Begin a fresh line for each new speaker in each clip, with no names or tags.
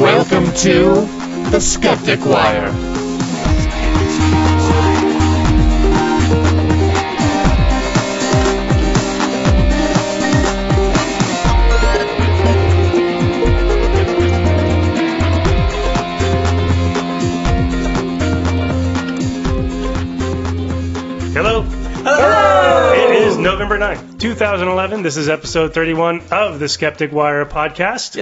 Welcome to The Skeptic Wire.
Hello. It is November 9th, 2011. This is episode 31 of the Skeptic Wire podcast.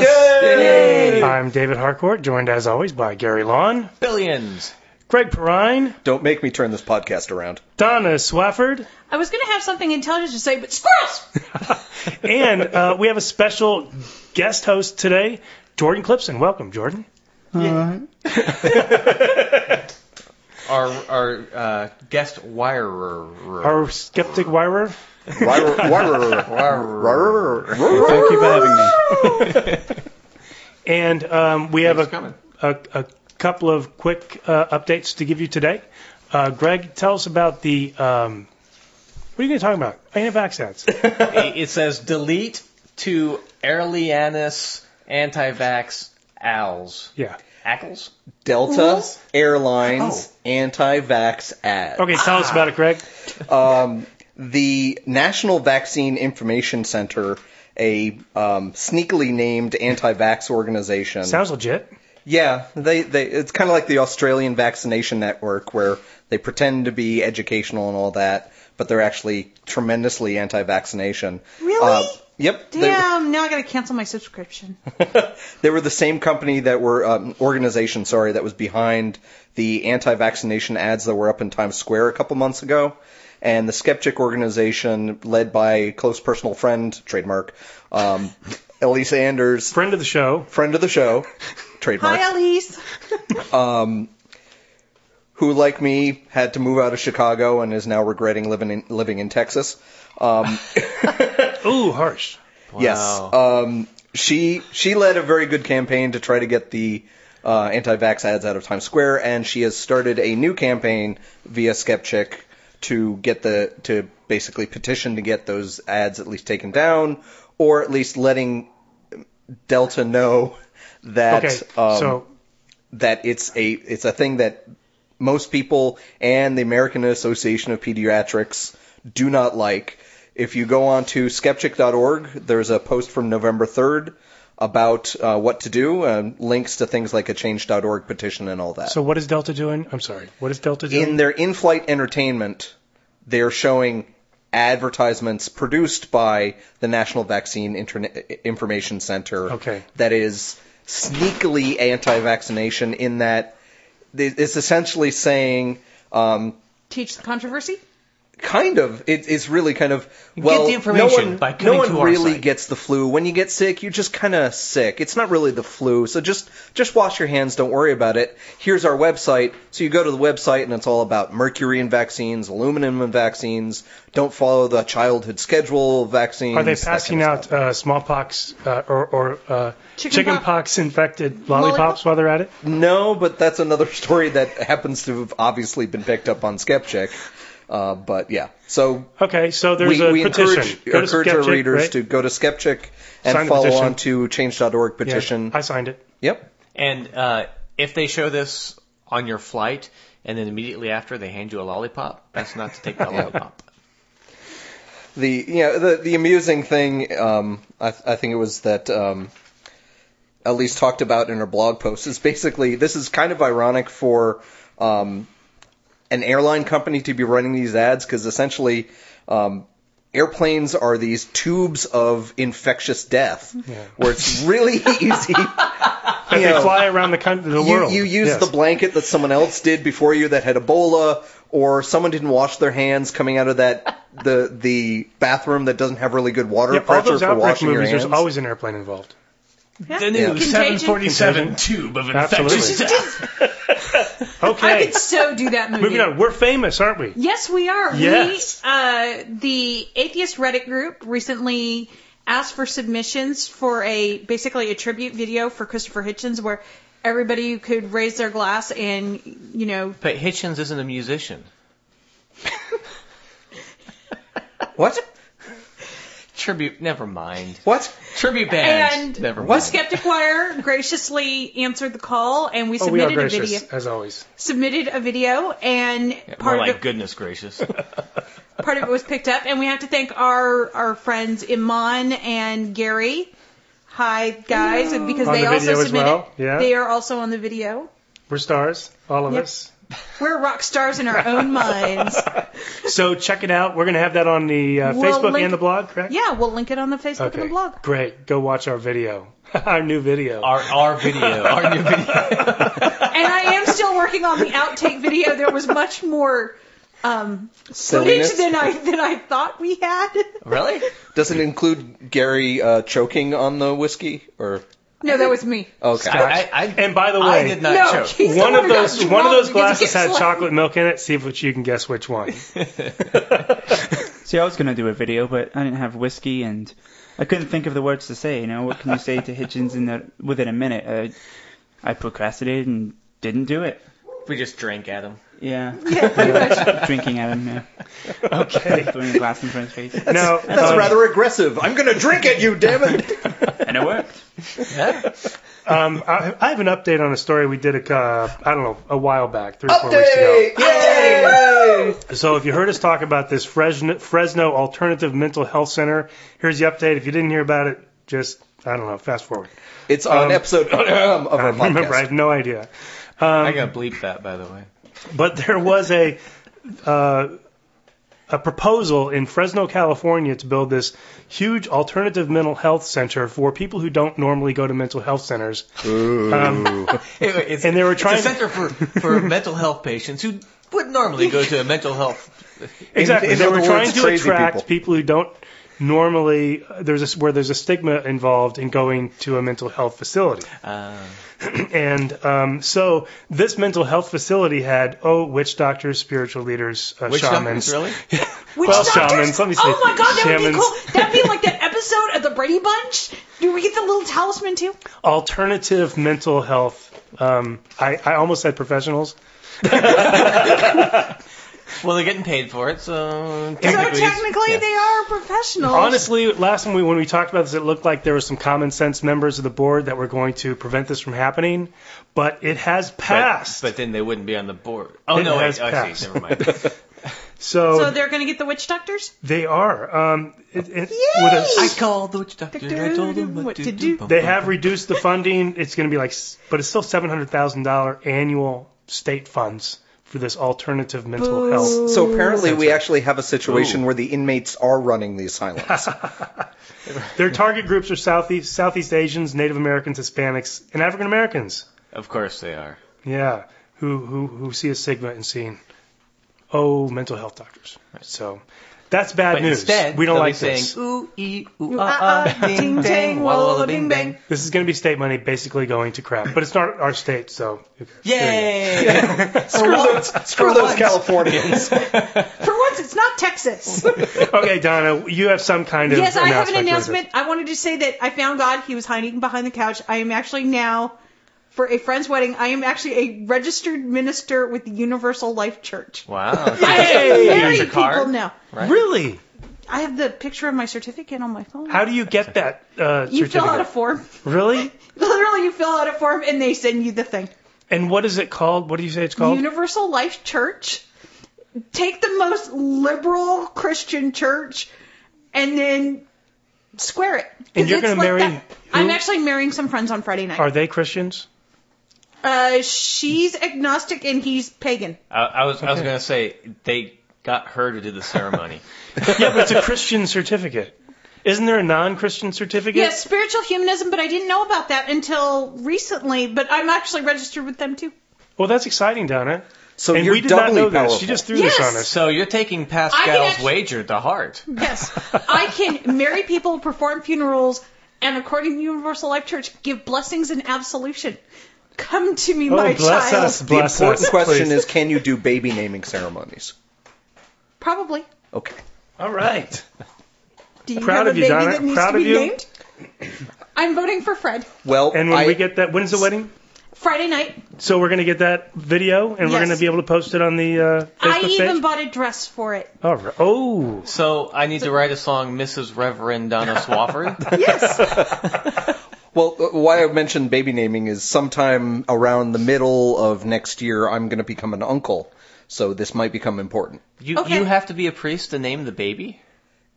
I'm David Harcourt, joined as always by Gary Lawn,
Billions.
Greg Perrine,
Don't make me turn this podcast around.
Donna Swafford,
I was going to have something intelligent to say, but squirrels!
and uh, we have a special guest host today, Jordan Clipson. Welcome, Jordan.
our our uh, guest wirer.
Our skeptic wirer.
Thank you for having me.
And um, we have
Thanks
a,
for coming.
a, a couple of quick uh, updates to give you today. Uh, Greg, tell us about the. Um, what are you going to talk about? Anti-vax ads.
Hey,
It says delete to Airlianus anti-vax owls.
Yeah.
Ackles?
Delta Airlines
Oh.
anti-vax ad.
Okay, tell us about it, Greg.
Um, the National Vaccine Information Center, a um, sneakily named anti-vax organization.
Sounds legit.
Yeah, they, they it's kind of like the Australian vaccination network where they pretend to be educational and all that, but they're actually tremendously anti-vaccination. Uh,
Really?
yep. they-
Damn, now I got to cancel my subscription.
they were the same company that were um, organization, sorry, that was behind the anti-vaccination ads that were up in Times Square a couple months ago. And the skeptic organization, led by a close personal friend, trademark, um, Elise Anders,
Friend of the show.
friend of the show, trademark,
Hi, Elise.
who, like me, had to move out of Chicago and is now regretting living in, living in Texas. Um,
Ooh, harsh.
Yes. Um, she she led a very good campaign to try to get the uh, anti-vax ads out of Times Square, and she has started a new campaign via Skeptic to get the to basically petition to get those ads at least taken down, or at least letting Delta know that
Okay,
um,
so
that it's a it's a thing that most people and the American Association of Pediatrics do not like. If you go on to skeptic.org, there's a post from November 3rd about uh, what to do, um, links to things like a change.org petition and all that.
so what is Delta doing? I'm sorry. What is Delta doing?
in their in-flight entertainment, they're showing advertisements produced by the National Vaccine Interna- Information Center
Okay.
that is sneakily anti-vaccination in that it's essentially saying um,
Teach the controversy.
kind of it, it's really kind of well
the information
no one,
by
no
coming
one
to our
really
site.
gets the flu when you get sick you're just kind of sick it's not really the flu so just just wash your hands don't worry about it here's our website so you go to the website and it's all about mercury and vaccines aluminum and vaccines don't follow the childhood schedule of vaccines
Are they
that kind of
passing
stuff.
out uh, smallpox uh, or, or uh,
Chicken
chickenpox infected lollipops
Lollipop?
while they're at it?
No, but that's another story that happens to have obviously been picked up on Skeptic. Uh, but yeah, so
Okay, so there's
we,
a
we
petition.
encourage,
Go to
encourage
Skeptic,
our readers
right?
to go to Skeptic and
Sign the
follow
petition.
on to change.org
Yeah,
petition.
I signed it.
Yep.
And uh, if they show this on your flight and then immediately after they hand you a lollipop, that's not to take the lollipop.
The you know, the the amusing thing um, I, I think it was that um, Elise talked about in her blog post is basically this is kind of ironic for um, an airline company to be running these ads because essentially um, airplanes are these tubes of infectious death where it's really easy.
But they fly around the country, the
you,
world.
you used
Yes.
the blanket that someone else did before you that had Ebola, or someone didn't wash their hands coming out of that the the bathroom that doesn't have really good water
Yeah, all
pressure
those
for
outbreak
washing
movies,
your
there's
hands.
always an airplane involved.
Yeah.
The new
Contagion.
747 tube of infectious
Absolutely.
death.
I
Okay,
could so do that movie.
moving on. We're famous, aren't we?
Yes, we are.
Yes.
We, uh, the atheist Reddit group recently asked for submissions for a basically a tribute video for Christopher Hitchens, where everybody could raise their glass and you know
But Hitchens isn't a musician.
What?
tribute. Never mind.
What?
Tribute band.
And
never mind.
what?
Skeptic Wire graciously answered the call, and we
Oh, we are
submitted a video.
gracious, as always.
Submitted a video, and
More
part
like
of it,
goodness gracious.
part of it was picked up. And we have to thank our our friends Iman and Gary. Hi guys, because
On
they
the
also
video as
submitted.
well, yeah.
They are also on the video.
We're stars, all of
Yep.
us.
We're rock stars in our own minds.
So check it out. We're going to have that on the uh,
We'll
Facebook
link-
and the blog, correct?
Yeah, we'll link it on the Facebook and the blog.
Great. Go watch our video. our new video.
our our video. Our new video.
And I am still working on the outtake video. There was much more um, footage
Silliness.
than I than I thought we had.
really?
Does it include Gary uh, choking on the whiskey? Or oh,
No, that was me.
okay,
I, I,
and by the
I
way,
did not
no,
choke.
he's the
one of
who got
those one
drunk
of those
because he
glasses
gets
had
slapped.
chocolate milk in it. See if you can guess which one.
See, I was going to do a video, but I didn't have whiskey and I couldn't think of the words to say. You know, what can you say to Hitchens in the, within a minute? I, I procrastinated and didn't do it.
We just drank at him.
Yeah,
Yeah, pretty much.
drinking at him. Yeah.
Okay.
Throwing a glass in front of his face.
now,
that's
um,
rather aggressive. I'm gonna drink at you, damn it!
And it worked.
Yeah.
um, I, I have an update on a story we did a, uh, I don't know, a while back, three or four weeks ago.
Update! Yay!
So if you heard us talk about this Fresno, Fresno Alternative Mental Health Center, here's the update. If you didn't hear about it, just I don't know, fast forward.
It's on
Um,
episode of our
I remember, I
podcast.
have no idea.
I gotta bleep that, by the way.
But there was a uh, a proposal in Fresno, California, to build this huge alternative mental health center for people who don't normally go to mental health centers. Um,
Anyway, it's,
And they were trying to-
It's a center for for mental health patients who would normally go to a mental health.
exactly,
In- in
they
other
were trying
words,
to
crazy
attract
people.
people. who don't normally there's a, where there's a stigma involved in going to a mental health facility.
Uh,
And um, so this mental health facility had oh witch doctors, spiritual leaders, uh,
which
shamans.
numbers, really?
Witch
Well,
doctors?
shamans, let me
oh
see.
my god, that would be
Shamans.
cool. That'd be like that episode of the Brady Bunch. Do we get the little talisman too?
Alternative mental health. Um, I, I almost said professionals.
Well, they're getting paid for it, so
So
technically, it's-
technically,
yeah.
they are professionals.
Honestly, last time we when we talked about this, it looked like there were some common sense members of the board that were going to prevent this from happening, but it has
But,
passed.
but then they wouldn't be on the board. Oh
It
no,
has
wait, oh, I
passed.
see. Never mind.
so
so they're gonna get the witch doctors.
they are. Um, it, it, with a
I
s-
called the witch doctor. and I told him what to do.
they have reduced the funding. It's going to be like, s- but it's still seven hundred thousand dollar annual state funds for this alternative mental
Boo.
health
So apparently, we
Censor.
actually have a situation
Ooh.
where the inmates are running the asylums.
Their target groups are Southeast, Southeast Asians, Native Americans, Hispanics, and African Americans.
Of course they are.
Yeah, who who who see a Sigma and seeing, oh, mental health doctors. So that's bad
But
news.
instead,
we don't
they'll
like
be
this.
saying ooh ee ooh
Ooh,
ah
ah,
ah ding
ting,
dang
ting,
walla walla
walla,
bing
bing,
bang.
This is going to be state money basically going to crap, but it's not our state, so
Yay!
screw those, screw those Californians.
For once, it's not Texas.
okay, Donna, you have some kind of
yes, I have an
wasn't it?
announcement. I wanted to say that I found God. He was hiding behind the couch. I am actually now, for a friend's wedding, I am actually a registered minister with the Universal Life Church.
Wow.
I
Hey!
actually marry
Here's your
people
card.
now.
Right.
Really?
I have the picture of my certificate on my phone.
How do you get that uh,
you
certificate?
fill out a form.
really?
Literally, you fill out a form and they send you the thing.
And what is it called? What do you say it's called?
Universal Life Church. Take the most liberal Christian church and then square it. 'Cause
And you're
it's
gonna
like
marry
that- I'm
who?
actually marrying some friends on Friday night.
are they Christians?
Uh, she's agnostic and he's pagan.
I, I was I was gonna say they got her to do the ceremony.
yeah, but it's a Christian certificate. Isn't there a non-Christian certificate?
Yes, spiritual humanism, but I didn't know about that until recently. But I'm actually registered with them too.
Well, that's exciting, Donna.
So
and
you're
we did not
doubly
know
powerful.
this. She just threw
Yes.
this on us.
so you're taking
I can
Pascal's
actu-
wager to heart.
Yes, I can marry people, perform funerals, and according to Universal Life Church, give blessings and absolution. Come to me,
Oh,
my
bless
child.
us,
The
bless
important
us,
question
please.
is, can you do baby naming ceremonies?
Probably.
Okay.
All right.
Do you
Proud
have
of
a
you,
baby
Donna.
that needs
Proud
to
of
be
you.
named? I'm voting for Fred.
Well,
And when
I,
we get that, when's the wedding?
Friday night.
So we're going to get that video, and we're
Yes.
going to be able to post it on the uh, Facebook
I even
page.
bought a dress for it.
All right. Oh,
So I need to write a song, Mrs. Reverend Donna Swafford.
Yes.
Well, uh, why I mentioned baby naming is sometime around the middle of next year, I'm going to become an uncle, so this might become important.
You
Okay.
you have to be a priest to name the baby.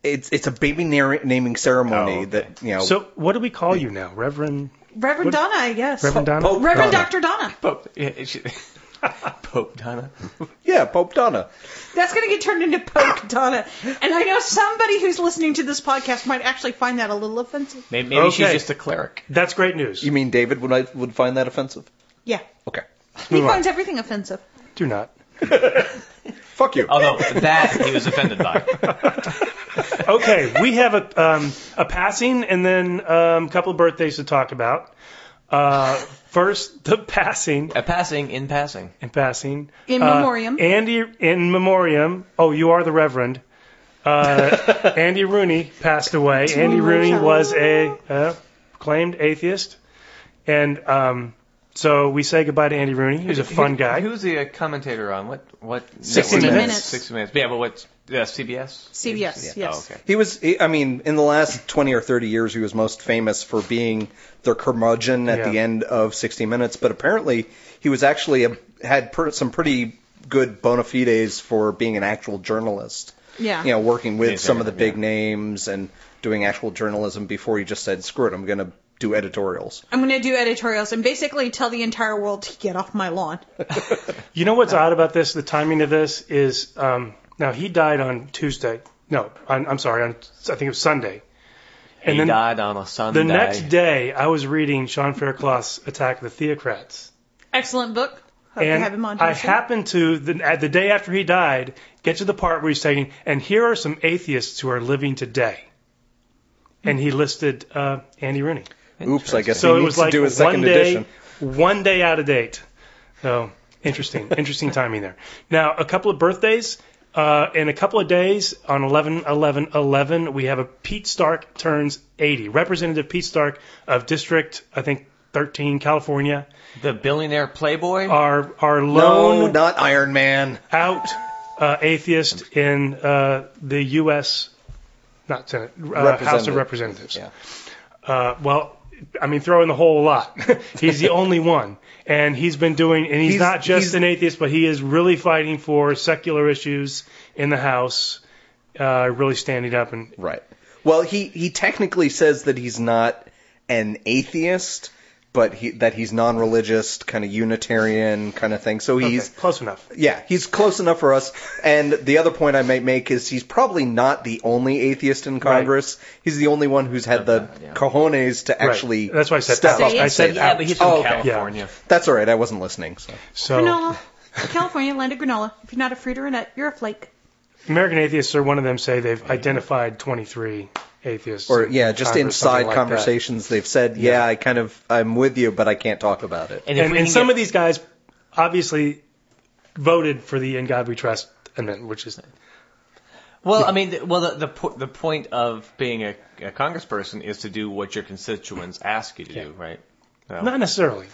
It's it's a baby nar- naming ceremony
Oh, okay.
that you know.
so what do we call you now, Reverend
Reverend Donna, I guess.
Reverend Donna?
Pope
Reverend
Donna.
Dr. Donna.
Pope yeah, it should- Pope Donna.
yeah, Pope Donna.
That's going to get turned into Poke Donna. And I know somebody who's listening to this podcast might actually find that a little offensive.
Maybe, maybe she's
Okay.
just a cleric.
That's great news.
You mean David would I, would find that offensive?
Yeah.
Okay,
He
Move on.
finds everything offensive.
Do not.
fuck you.
Although that he was offended by.
Okay, we have a um, a passing and then um, a couple of birthdays to talk about. Uh, first, the passing
A passing in passing.
and passing
In
Uh,
memoriam.
Andy in memoriam. Oh, you are the Reverend. Uh, Andy Rooney passed away. Andy Rooney was a uh, acclaimed atheist, and um, so we say goodbye to Andy Rooney. He was a fun guy.
Who's the uh, commentator on what what?
60
network?
Minutes.
Sixty minutes. Yeah, but what? Uh, CBS.
CBS, yes.
Oh, okay.
He was, he, I mean, in the last 20 or 30 years, he was most famous for being the curmudgeon at
Yeah.
the end of 60 Minutes. But apparently, he was actually a, had per, some pretty good bona fides for being an actual journalist.
Yeah.
You know, working with
Yeah,
some of the
yeah.
big names and doing actual journalism before he just said, "Screw it, I'm going to do editorials."
I'm going to do editorials and basically tell the entire world to get off my lawn.
You know what's odd about this? The timing of this is um, now he died on Tuesday. No, on, I'm sorry. On I think it was Sunday.
He
And then
died on a Sunday.
the next day, I was reading Sean Fairclough's Attack of the Theocrats,
Excellent book. Hope you
and
have him on.
I
soon.
happened to the, at the day after he died get to the part where he's taking, and here are some atheists who are living today.
Hmm.
And he listed uh, Andy Rooney,
Oops, I guess he
so it
needs
was like
to do a
one
second
day,
edition.
one day out of date. So interesting, interesting timing there. Now a couple of birthdays. Uh, in a couple of days, on 11 11 11, we have a Pete Stark turns 80. Representative Pete Stark of District, I think, 13, California.
The billionaire playboy.
Our, our
No,
lone
not Iron Man.
out uh, atheist in uh, the U.S. Not Senate, uh, House of
Representative.
Representatives.
Yeah.
Uh, well, I mean, throw in the whole lot. he's the only one, and he's been doing, and he's,
He's-
not just
he's-
an atheist, but he is really fighting for secular issues in the House, uh, really standing up and
Right. Well, he he technically says that he's not an atheist, but he that he's non-religious, kind of Unitarian kind of thing. So he's
Okay, close enough.
yeah, he's close enough for us. And the other point I might make is he's probably not the only atheist in Congress. He's the only one who's had the
that, yeah.
cojones to
Right.
actually
That's why I said
step
out.
up.
Say
I
it,
said
yeah,
out.
but he's from
Oh, okay.
California.
That's all right. I wasn't listening. So.
so.
Granola. California, land of granola. If you're not a fruit or a nut, you're a flake.
American atheists are one of them. Say they've identified 23 atheists.
Or yeah, just
Congress,
inside
something like that.
conversations they've said, yeah, I kind of I'm with you, but I can't talk about it.
if
and,
we
and
can
some
get-
of these guys obviously voted for the "In God We Trust" amendment, which is
Well, I mean, the, well, the the, po- the point of being a, a congressperson is to do what your constituents ask you to do, right? Well,
not necessarily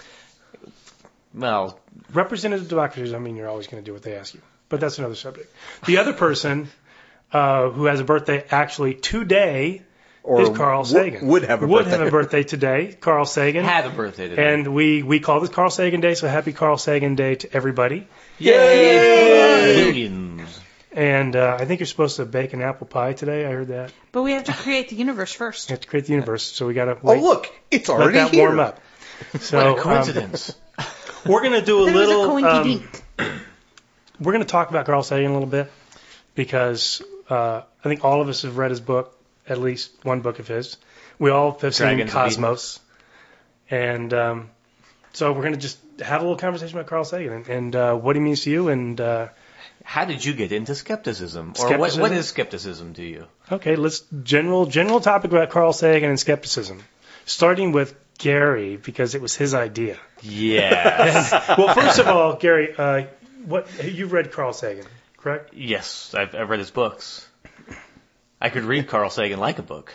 well,
representative democracies. I mean, you're always going to do what they ask you, but that's another subject. The other person uh, who has a birthday actually today
Or
is
w-
Carl Sagan.
would have a
would
birthday.
have a birthday today, Carl Sagan.
had a birthday today.
and we, we call this Carl Sagan Day, so happy Carl Sagan Day to everybody.
yay! Millions.
And uh, I think you're supposed to bake an apple pie today. I heard that.
But we have to create the universe
You
first.
have to create the universe, so we got to
Oh
wait.
look, it's
let
already
that
here.
warm up. So
What a
um,
coincidence!
we're gonna do a
That was a
little. um,
coincidence.
we're gonna talk about Carl Sagan a little bit because uh, I think all of us have read his book, at least one book of his. We all have seen
Dragons of
Cosmos, and um, so we're gonna just have a little conversation about Carl Sagan and, and uh, what he means to you. And uh,
How did you get into skepticism, or what,
Skepticism?
what is skepticism to you?
okay, let's general general topic about Carl Sagan and skepticism, starting with Gary because it was his idea.
Yes,
Well, first of all, Gary, uh, what you've read Carl Sagan, correct?
yes, I've, I've read his books. I could read Carl Sagan like a book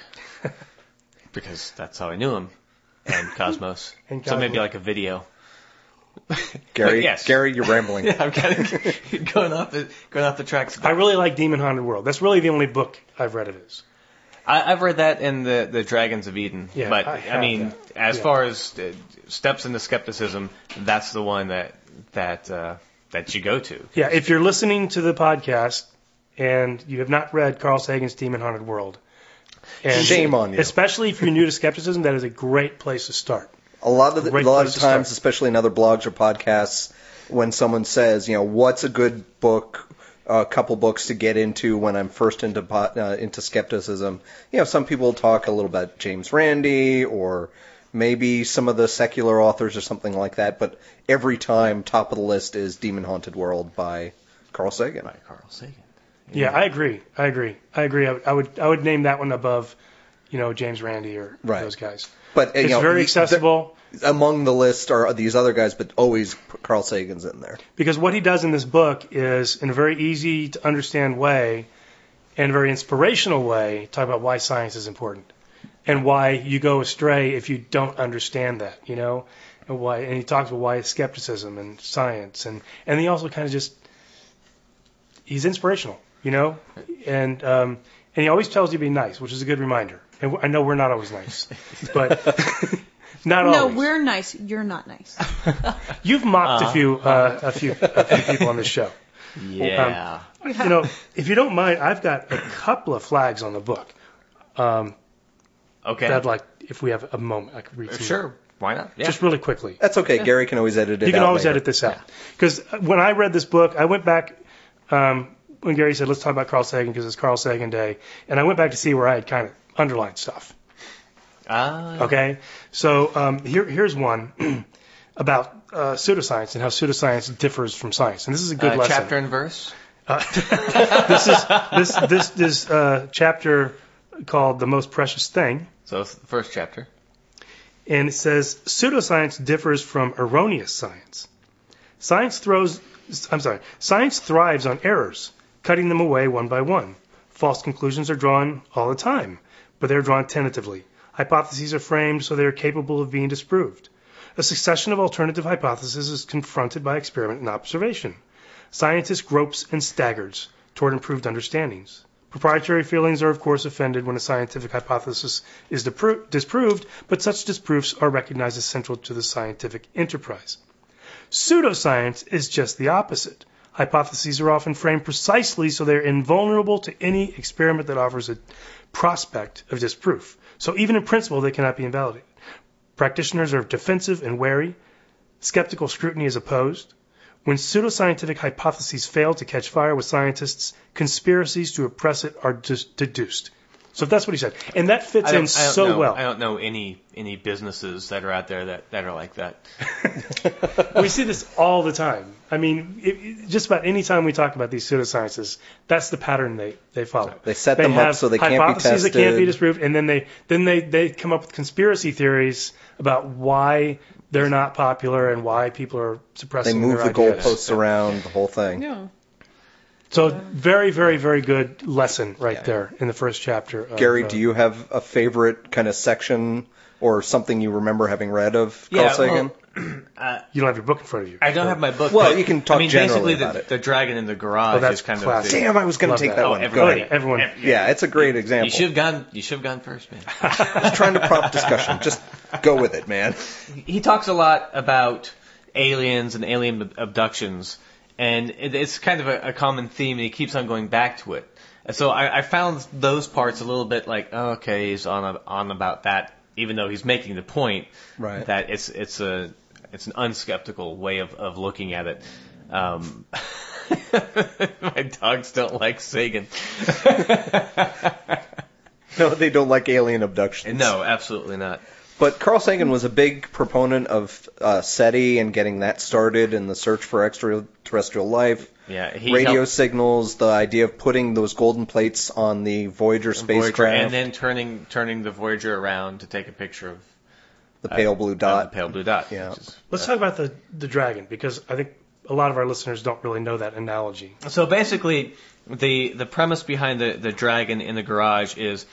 because that's how I knew him, and Cosmos.
And
So maybe
Cosmos.
like a video.
Gary,
yes.
Gary, you're rambling.
Yeah, I'm kind of going off the going off the tracks.
I really like Demon Haunted World. That's really the only book I've read of his.
I, I've read that in the the Dragons of Eden,
Yeah,
but
I
I,
have
mean,
that.
as
Yeah.
far as uh, steps into skepticism, that's the one that that uh, that you go to.
Yeah, if you're listening to the podcast and you have not read Carl Sagan's Demon Haunted World, and
Shame on you.
Especially if you're new to skepticism, that is a great place to start.
A lot of the,
Great
a lot
place
of
to start.
times, especially in other blogs or podcasts, when someone says, you know, what's a good book, a couple books to get into when I'm first into po- uh, into skepticism, you know, some people talk a little about James Randi or maybe some of the secular authors or something like that. But every time, top of the list is Demon Haunted World by Carl Sagan.
By Carl Sagan.
Mm-hmm.
Yeah, I agree. I agree. I agree. I would I would, I would name that one above, you know, James Randi or
Right.
those guys.
But uh,
It's
you know,
very
he-
accessible.
th- among the list are these other guys, but always Carl Sagan's in there.
because what he does in this book is in a very easy to understand way and a very inspirational way talk about why science is important and why you go astray if you don't understand that you know and why and he talks about why skepticism and science and and he also kind of just he's inspirational you know and um and he always tells you to be nice which is a good reminder and I know we're not always nice but not
No,
always
we're nice. You're not nice.
you've mocked a
Uh-huh.
few uh, a few a few people on this show um,
Yeah.
you know, if you don't mind, I've got a couple of flags on the book. Um,
okay.
that I'd like, if we have a moment, I could read some.
Sure. Why not? Yeah.
Just really quickly.
That's okay. Gary can always edit it.
You can
out
always
later.
edit this out. Because when I read this book, I went back um, when Gary said, let's talk about Carl Sagan because it's Carl Sagan Day. And I went back to see where I had kind of underlined stuff.
Ah.
Okay? So um, here, here's one about uh, pseudoscience and how pseudoscience differs from science. And this is a good
uh,
lesson.
chapter and verse.
this is this this this uh, chapter called the most precious thing,
So it's the first chapter.
and it says pseudoscience differs from erroneous science. Science throws I'm sorry, science thrives on errors, cutting them away one by one. False conclusions are drawn all the time, but they're drawn tentatively. Hypotheses are framed so they are capable of being disproved. A succession of alternative hypotheses is confronted by experiment and observation. Scientist gropes and staggers toward improved understandings. Proprietary feelings are, of course, offended when a scientific hypothesis is depro- disproved, but such disproofs are recognized as central to the scientific enterprise. Pseudoscience is just the opposite. Hypotheses are often framed precisely so they're invulnerable to any experiment that offers a prospect of disproof. So even in principle, they cannot be invalidated. Practitioners are defensive and wary. Skeptical scrutiny is opposed. When pseudoscientific hypotheses fail to catch fire with scientists, conspiracies to oppress it are dis- deduced. So that's what he said, and that fits
I don't,
in
I don't
so
know,
well.
I don't know any any businesses that are out there that, that are like that.
we see this all the time. I mean, it, it- just about any time we talk about these pseudosciences, that's the pattern they, they follow.
They set them
have
up so they can't be
hypotheses that can't
tested.
be disproved, and then they then they, they come up with conspiracy theories about why they're not popular and why people are
They
suppressing
move
their
the
ideas.
goalposts around, the whole thing.
No.
So very, very, very good lesson right there in the first chapter. Of,
Gary,
uh,
do you have a favorite kind of section or something you remember having read of Carl
Yeah,
Sagan?
you don't have your book in front of you?
I don't have my book.
Well,
but,
you can talk
I mean,
generally
basically the,
about it.
the dragon in the garage
Oh, that's
is kind
classic.
of. the-
Damn, I was going
Love
to take
that.
that,
Oh,
one. Go
everybody.
ahead.
Everyone,
Yeah, it's a great
You
example.
should have gone. You should have gone first, man.
I'm trying to prompt discussion. Just go with it, man.
he talks a lot about aliens and alien ab- abductions, and it, it's kind of a, a common theme, and he keeps on going back to it. And so I, I found those parts a little bit like, oh, okay, he's on on about that, even though he's making the point
Right.
that it's it's a it's an unskeptical way of, of looking at it. Um, my dogs don't like Sagan.
No, they don't like alien abductions.
No, absolutely not.
But Carl Sagan was a big proponent of uh, SETI and getting that started and the search for extraterrestrial life.
Yeah, he
radio
helped-
signals, the idea of putting those golden plates on the Voyager spacecraft,
Voyager, and then turning turning the Voyager around to take a picture of
the pale blue
of the
dot.
pale blue dot.
Yeah.
which is-
Let's talk about the the dragon because I think a lot of our listeners don't really know that analogy.
So basically, the the premise behind the the dragon in the garage is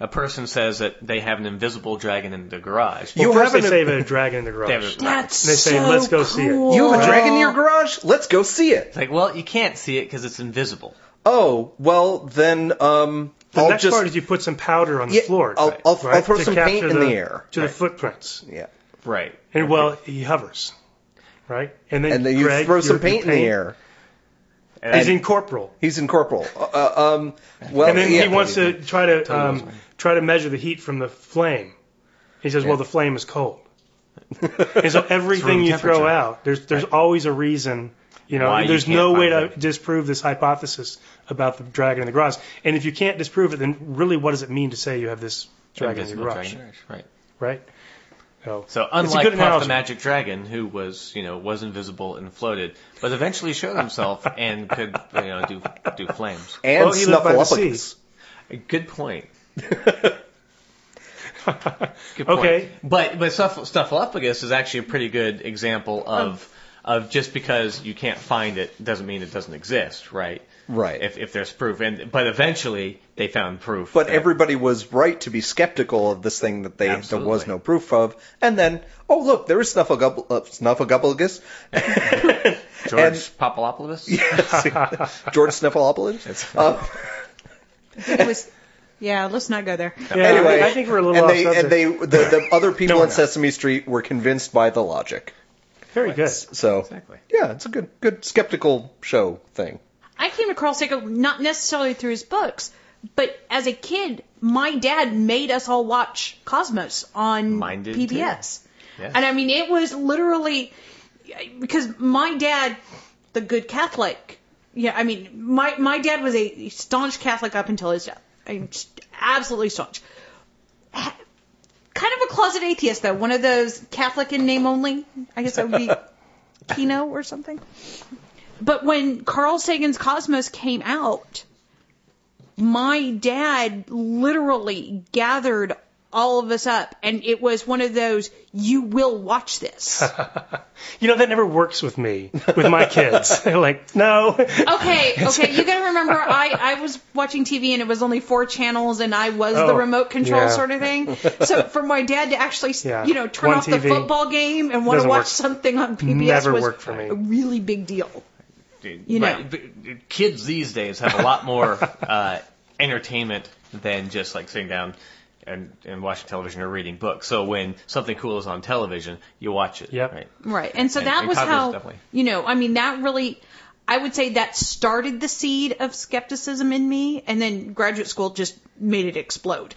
a person says that they have an invisible dragon in the garage.
Well,
You
first they
haven't-
say they have a dragon in the garage.
They have a-
That's
They say,
so
"Let's go see it."
cool.
You have a dragon in
Oh.
your garage? Let's go see it.
It's like, well, you can't see it because it's invisible.
Oh, well then, um,
The
I'll
next
just
part is you put some powder on the
Yeah,
floor.
I'll- I'll- I'll throw
to
some paint
capture
in the air.
to the footprints,
yeah,
Right.
and well, he hovers, right? And then,
and then you
Greg,
throw
your-
some
your
paint, in the air.
He's
And-
incorporeal,
He's incorporeal. Uh, um, well,
and then
yeah.
he wants to try to um, try to measure the heat from the flame. He says, "Well, the flame is cold," and so everything
room
you throw
temperature.
out, there's there's always a reason. You know,
Why you
there's
can't
no way to
find it.
disprove this hypothesis about the dragon in the garage. And if you can't disprove it, then really, what does it mean to say you have this dragon in the
Invisible
garage,
dragon. Right.
right? So,
So
it's a
unlike
good
Puff
analogy.
the Magic Dragon, who was you know was invisible and floated, but eventually showed himself and could you know do do flames.
and
Well, he lived by the
snuffleupagus.
Good point. Good point.
okay,
But but Snuff- Snuffleupagus is actually a pretty good example of of just because you can't find it doesn't mean it doesn't exist, right?
Right.
If if there's proof, and but eventually they found proof.
But
that-
everybody was right to be skeptical of this thing that they there was
Absolutely.
no proof of, and then oh look, there is snufflegub- uh, snuffleupagus,
George
and-
Papalopoulos.
George Snuffleupagus. Uh,
It was, yeah, let's not go there.
yeah,
anyway,
Uh, I think we're a little
and
off
they,
subject.
and they the, the other people
No, we're
on
not.
Sesame Street were convinced by the logic.
Very good.
So
Exactly.
yeah, it's a good good skeptical show thing.
I came to Carl Sagan not necessarily through his books, but as a kid, my dad made us all watch Cosmos on
Mine did, too.
PBS.
Yes.
And I mean, it was literally because my dad, the good Catholic, yeah, I mean, my my dad was a staunch Catholic up until his death. I'm just absolutely staunch. Ha- Kind of a closet atheist though, one of those Catholic in name only. I guess that would be Kino or something. But when Carl Sagan's Cosmos came out, my dad literally gathered all of us up, and it was one of those you will watch this.
You know, that never works with me, with my kids. They're like, no.
Okay, okay. You gotta remember, I I was watching TV and it was only four channels, and I was the
Oh,
remote control
yeah.
sort of thing. So for my dad to actually, s
Yeah.
you know, turn
One
off the
TV.
football game and want to
Doesn't
watch
work.
something on PBS
Never
was
worked for me.
a really big deal.
you
know.
kids these days have a lot more uh, entertainment than just like sitting down and, and watching television or reading books. So when something cool is on television, you watch it.
Yep.
Right.
Right. And so
And-
that
and
was
Cosmos
how,
definitely.
you know, I mean, that really, I would say that started the seed of skepticism in me, and then graduate school just made it explode.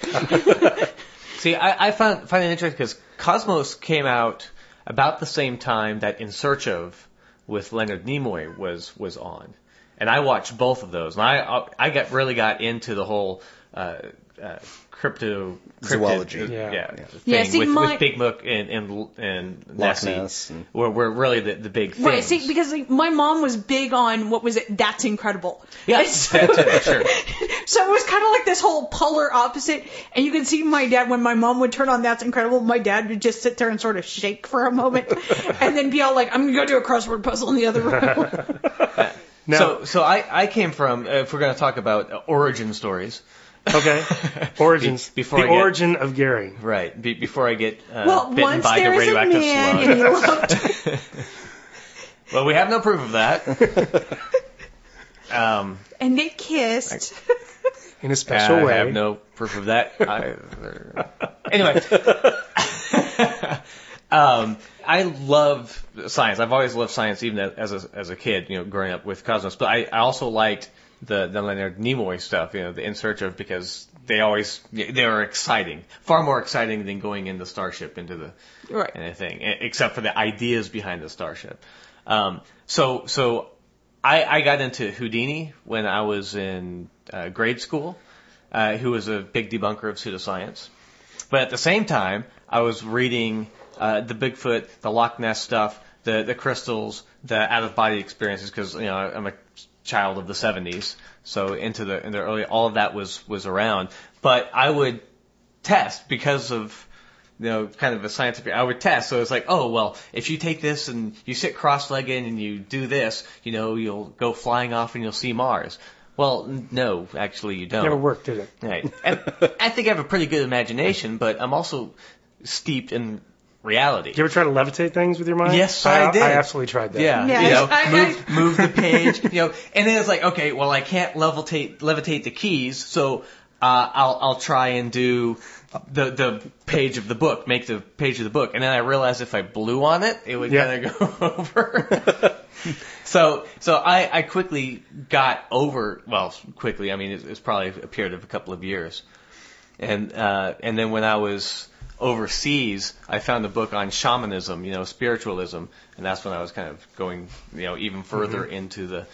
See, I, I found find it interesting because Cosmos came out about the same time that In Search of with Leonard Nimoy was was on, and I watched both of those, and I uh, I got really got into the whole. Uh, uh, crypto cryptid-
Zoology.
yeah,
Yeah.
thing
Yeah, see,
with,
my-
with Big Mook and and, and
Loch
Nessie
Ness and-
were, were really the, the big things.
right. See, because like, my mom was big on what was it? That's incredible.
yes, that too, sure.
So it was kind of like this whole polar opposite. And you can see my dad, when my mom would turn on That's Incredible, my dad would just sit there and sort of shake for a moment and then be all like, I'm going to go do a crossword puzzle in the other room.
No.
So so I, I came from uh, if we're going to talk about uh, origin stories,
okay. Origins.
Be- before
the
I get-
origin of Gary.
right? Be, before I get uh,
well,
bitten
once
by the
there is a
radioactive
man
slug.
and he loved
Well, we have no proof of that. um,
and they kissed.
In a special
I
way.
have no proof of that either. anyway, um, I love science. I've always loved science, even as a, as a kid, you know, growing up with Cosmos. But I, I also liked the, the Leonard Nimoy stuff, you know, the In Search of, because they always they were exciting, far more exciting than going in the starship into the
Right.
anything, e- except for the ideas behind the starship. Um, so so I, I got into Houdini when I was in uh, grade school, uh, who was a big debunker of pseudoscience. But at the same time, I was reading uh, the Bigfoot, the Loch Ness stuff, the the crystals, the out of body experiences, because you know I'm a child of the 70s, so into the in the early all of that was was around. But I would test because of you know kind of a scientific I would test so it's like oh well if you take this and you sit cross-legged and you do this you know you'll go flying off and you'll see Mars Well, n- no, actually, you don't.
Never worked, did it?
Right. And I think I have a pretty good imagination, but I'm also steeped in reality.
Did you ever try to levitate things with your mind?
Yes, I did.
I absolutely tried that.
Yeah,
Yeah,
you know,
I- I-
move, move the page, you know, and then it's like, okay, well, I can't levitate levitate the keys, so uh, I'll I'll try and do the the page of the book, make the page of the book, and then I realized if I blew on it, it would
Yeah.
kind of go over. so so I I quickly got over, well, quickly, I mean, it's, it's probably a period of a couple of years, and uh, and then when I was overseas, I found a book on shamanism, you know, spiritualism, and that's when I was kind of going, you know, even further into the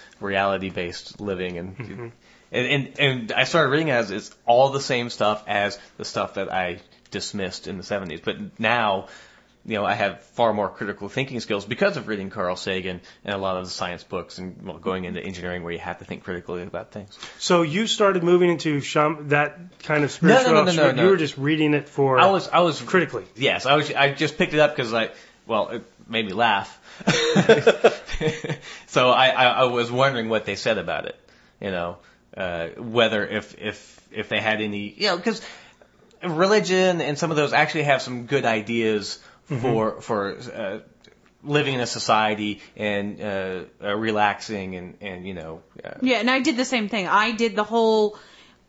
reality-based living, and, and and and I started reading it as it's all the same stuff as the stuff that I dismissed in the 70s, but now. You know, I have far more critical thinking skills because of reading Carl Sagan and a lot of the science books and well, going into engineering where you have to think critically about things.
So you started moving into sham- that kind of spiritual.
no, no, no, no.
You were just reading it for
I was, I was
critically.
Yes, I was. I just picked it up because I, well, it made me laugh. so I, I, I was wondering what they said about it. You know, uh, whether if if if they had any, you know, because religion and some of those actually have some good ideas for for uh, living in a society and uh, uh, relaxing and and you know, uh,
Yeah, and I did the same thing. I did the whole.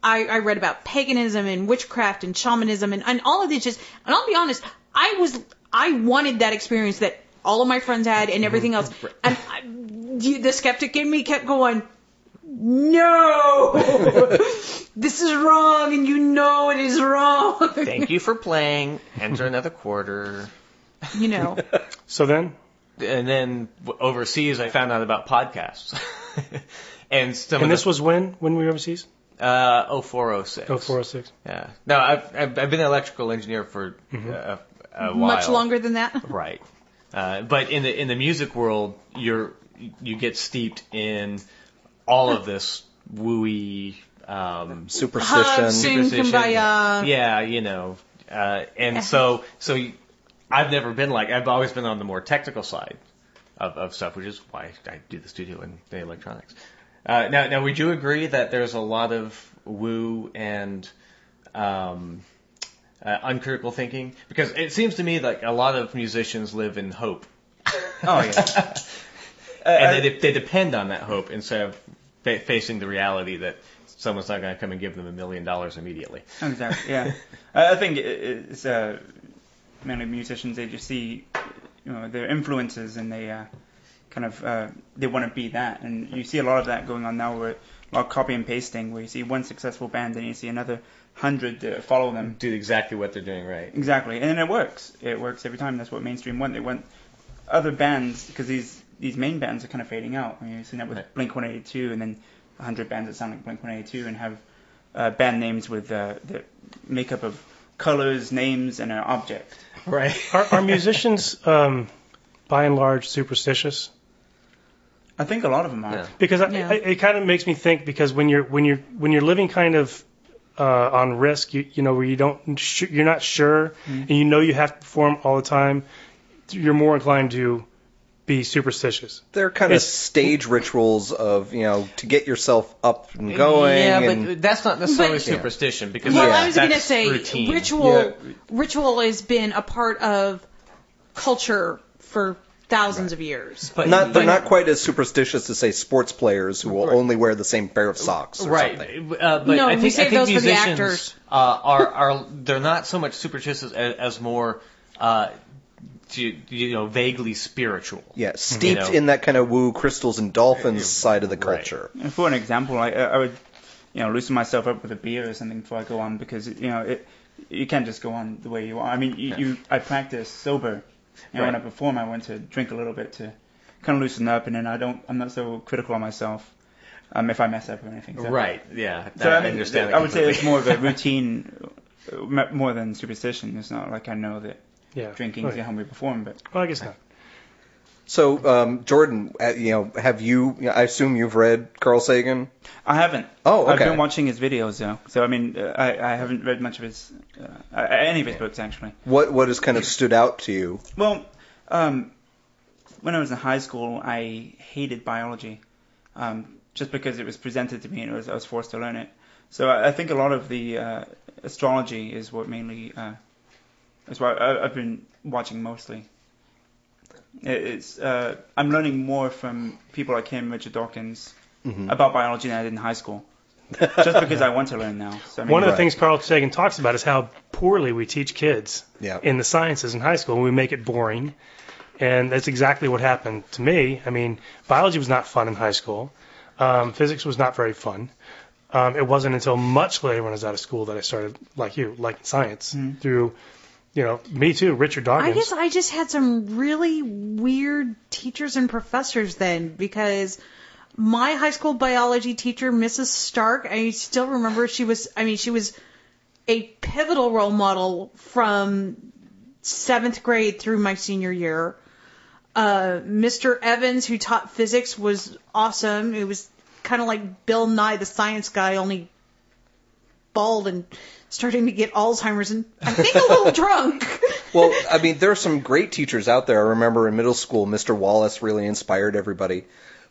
I, I read about paganism and witchcraft and shamanism and, and all of these just. And I'll be honest, I was I wanted that experience that all of my friends had and everything else. And I, you- the skeptic in me kept going, no, this is wrong, and you know it is wrong.
thank you for playing. Enter another quarter.
You know,
So then,
and then w- overseas, I found out about podcasts. and some
and
of
this
the,
was when when we were overseas.
uh, 0406.
Oh, 406.
Yeah. No, I've, I've I've been an electrical engineer for
Mm-hmm.
uh, a, a while.
much longer than that.
Right. Uh, but in the in the music world, you're you get steeped in all of this wooey. Um,
Hug,
Superstition.
sing,
superstition.
kumbaya.
yeah, you know. Uh, and so, so you- I've never been like, I've always been on the more technical side of, of stuff, which is why I do the studio and the electronics. Uh, now, now, would you agree that there's a lot of woo and um, uh, uncritical thinking? Because it seems to me like a lot of musicians live in hope,
Oh yeah. Uh,
and they, they depend on that hope instead of fa- facing the reality that someone's not going to come and give them a million dollars immediately.
Exactly. Yeah, I I think i- i- it's uh, many musicians they just see you know their influences and they uh, kind of uh, they want to be that, and you see a lot of that going on now with a lot of copy and pasting, where you see one successful band and you see another hundred that follow them.
Do exactly what they're doing right.
Exactly, and then it works. It works every time. That's what mainstream want. They want other bands because these these main bands are kind of fading out. I mean, you've seen that with
Right.
Blink 182, and then 100 bands that sound like Blink 182 and have uh, band names with uh, the makeup of colors, names, and an object.
Right.
Are, are musicians, um, by and large, superstitious?
I think a lot of them are.
Yeah.
Because I,
Yeah.
I, it kind of makes me think. Because when you're when you're when you're living kind of uh, on risk, you, you know, where you don't sh- you're not sure, and you know you have to perform all the time, you're more inclined to be superstitious.
They're kind of
It's-
stage rituals of, you know, to get yourself up and going.
Yeah,
and,
but that's not necessarily
But-
superstition because
Well,
that's,
I was going to
that's
say
routine.
ritual. Ritual has been a part of culture for thousands of years.
But
not they're not quite as superstitious to say sports players who will only wear the same pair of socks or
right.
something.
Uh, but
No,
I
we
think,
save
I think
those for the
musicians
actors.
Uh, are are they're not so much superstitious as, as more uh, you, you know vaguely spiritual.
Yeah, steeped
know.
in that kind of woo crystals and dolphins side of the
Right.
culture.
And for an example, I, I would, you know, loosen myself up with a beer or something before I go on because you know it, you can't just go on the way you are. I mean, you, you I practice sober. You know, When I
Right.
perform, I want to drink a little bit to kind of loosen up, and then I don't. I'm not so critical on myself um, if I mess up or anything. So,
Right. Yeah.
So
I,
I, mean,
understand.
I would say it's
completely.
more of a routine, uh, m- more than superstition. It's not like I know that
Yeah,
drinking is
Right.
how we perform, but
Well, I guess not.
So, um, Jordan, uh, you know, have you? you know, I assume you've read Carl Sagan.
I haven't.
Oh,
I've
okay.
been watching his videos though, so I mean, uh, I, I haven't read much of his, uh, uh, any of his books actually.
What what has kind of stood out to you?
Well, um, when I was in high school, I hated biology. Um, just because it was presented to me and it was, I was forced to learn it. So I, I think a lot of the uh, astrology is what mainly uh, is what I, I've been watching mostly. It, it's uh, I'm learning more from people like him, Richard Dawkins,
Mm-hmm.
about biology than I did in high school, just because I want to learn now. So, I mean,
One of the
Right.
things Carl Sagan talks about is how poorly we teach kids
Yeah.
in the sciences in high school. We make it boring, and that's exactly what happened to me. I mean, biology was not fun in high school. Um, physics was not very fun. Um, it wasn't until much later when I was out of school that I started, like you, liking science through, you know, me too, Richard
Mm-hmm. I
Dawkins.
guess I just had some really weird teachers and professors then because my high school biology teacher, Mrs. Stark, I still remember she was, I mean, she was a pivotal role model from seventh grade through my senior year. Uh, Mr. Evans, who taught physics, was awesome. It was kind of like Bill Nye, the science guy, only bald and starting to get Alzheimer's and I think a little drunk.
well, I mean, there are some great teachers out there. I remember in middle school, Mr. Wallace really inspired everybody.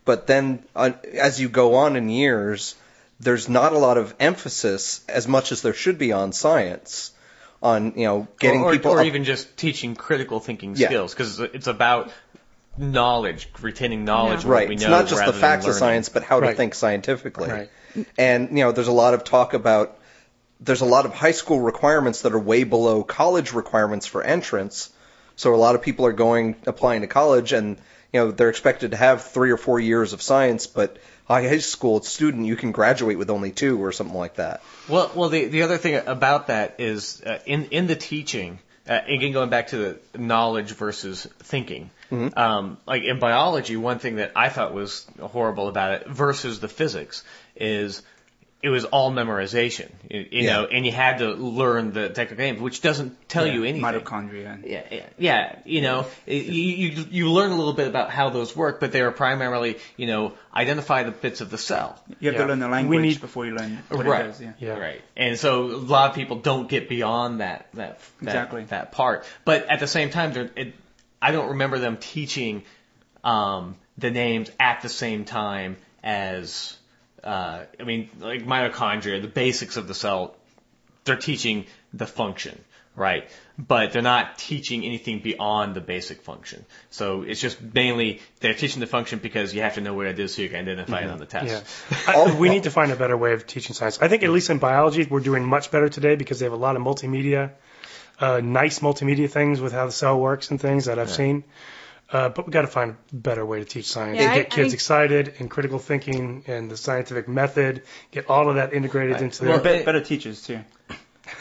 But then, uh, as you go on in years, there's not a lot of emphasis as much as there should be on science, on you know getting
or, or-
people
or
up-
even just teaching critical thinking
Yeah.
skills because it's about knowledge, retaining knowledge. Of
right.
what we
it's
know
not just the
rather than
facts of
learning.
science, but how to
Right.
think scientifically.
Right.
And you know, there's a lot of talk about there's a lot of high school requirements that are way below college requirements for entrance. So a lot of people are going applying to college, and you know they're expected to have three or four years of science, but high high school student you can graduate with only two or something like that.
Well, well, the the other thing about that is uh, in in the teaching. Uh, again, going back to the knowledge versus thinking. Um, like in biology, one thing that I thought was horrible about it versus the physics is it was all memorization. You, you
Yeah.
know, and you had to learn the technical names, which doesn't tell you anything.
mitochondria. And,
Yeah, yeah, yeah, you know, you, you you learn a little bit about how those work, but they are primarily, you know, identify the bits of the cell.
You have
Yeah.
to learn the
We
language
need-
before you learn what
Right.
it does. Yeah.
Yeah.
Right. And so a lot of people don't get beyond that that that,
Exactly.
that part. But at the same time, they're- it, I don't remember them teaching um, the names at the same time as uh, I mean, like mitochondria, the basics of the cell. They're teaching the function, right? But they're not teaching anything beyond the basic function. So it's just mainly they're teaching the function because you have to know what it is so you can identify it on the test.
Mm-hmm. Yeah. I, we need to find a better way of teaching science. I think at least in biology, we're doing much better today because they have a lot of multimedia, uh, nice multimedia things with how the cell works and things that I've seen. Uh, but we've got to find a better way to teach science
Yeah,
and
I-
get kids
I-
excited and critical thinking and the scientific method, get all of that integrated into
Well,
their.
Be-
Right.
better teachers too,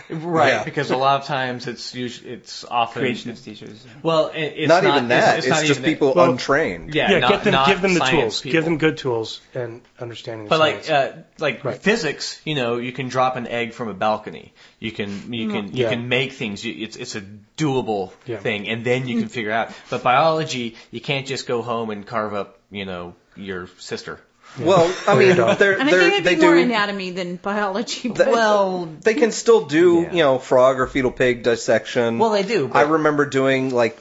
Right,
Yeah.
because a lot of times it's usually it's often
creationist teachers.
Well, it, it's
Not, even that. It's,
not
just
even that.
people
Well,
untrained.
Yeah,
yeah,
not-
get them,
not
give them the
science
tools,
people.
give them good tools and understanding. of
But
science.
like, uh, like
Right.
physics, you know, you can drop an egg from a balcony. You can, you can, you
Yeah.
can make things. You, it's, it's a doable
Yeah.
thing, and then you can figure out. But biology, you can't just go home and carve up, you know, your sister.
Well, I mean,
dog.
they're,
And I
they're,
think it'd
they
be more
do.
anatomy than biology.
They-
But
Well,
they can still do
Yeah.
you know frog or fetal pig dissection.
Well, they do, but-
I remember doing like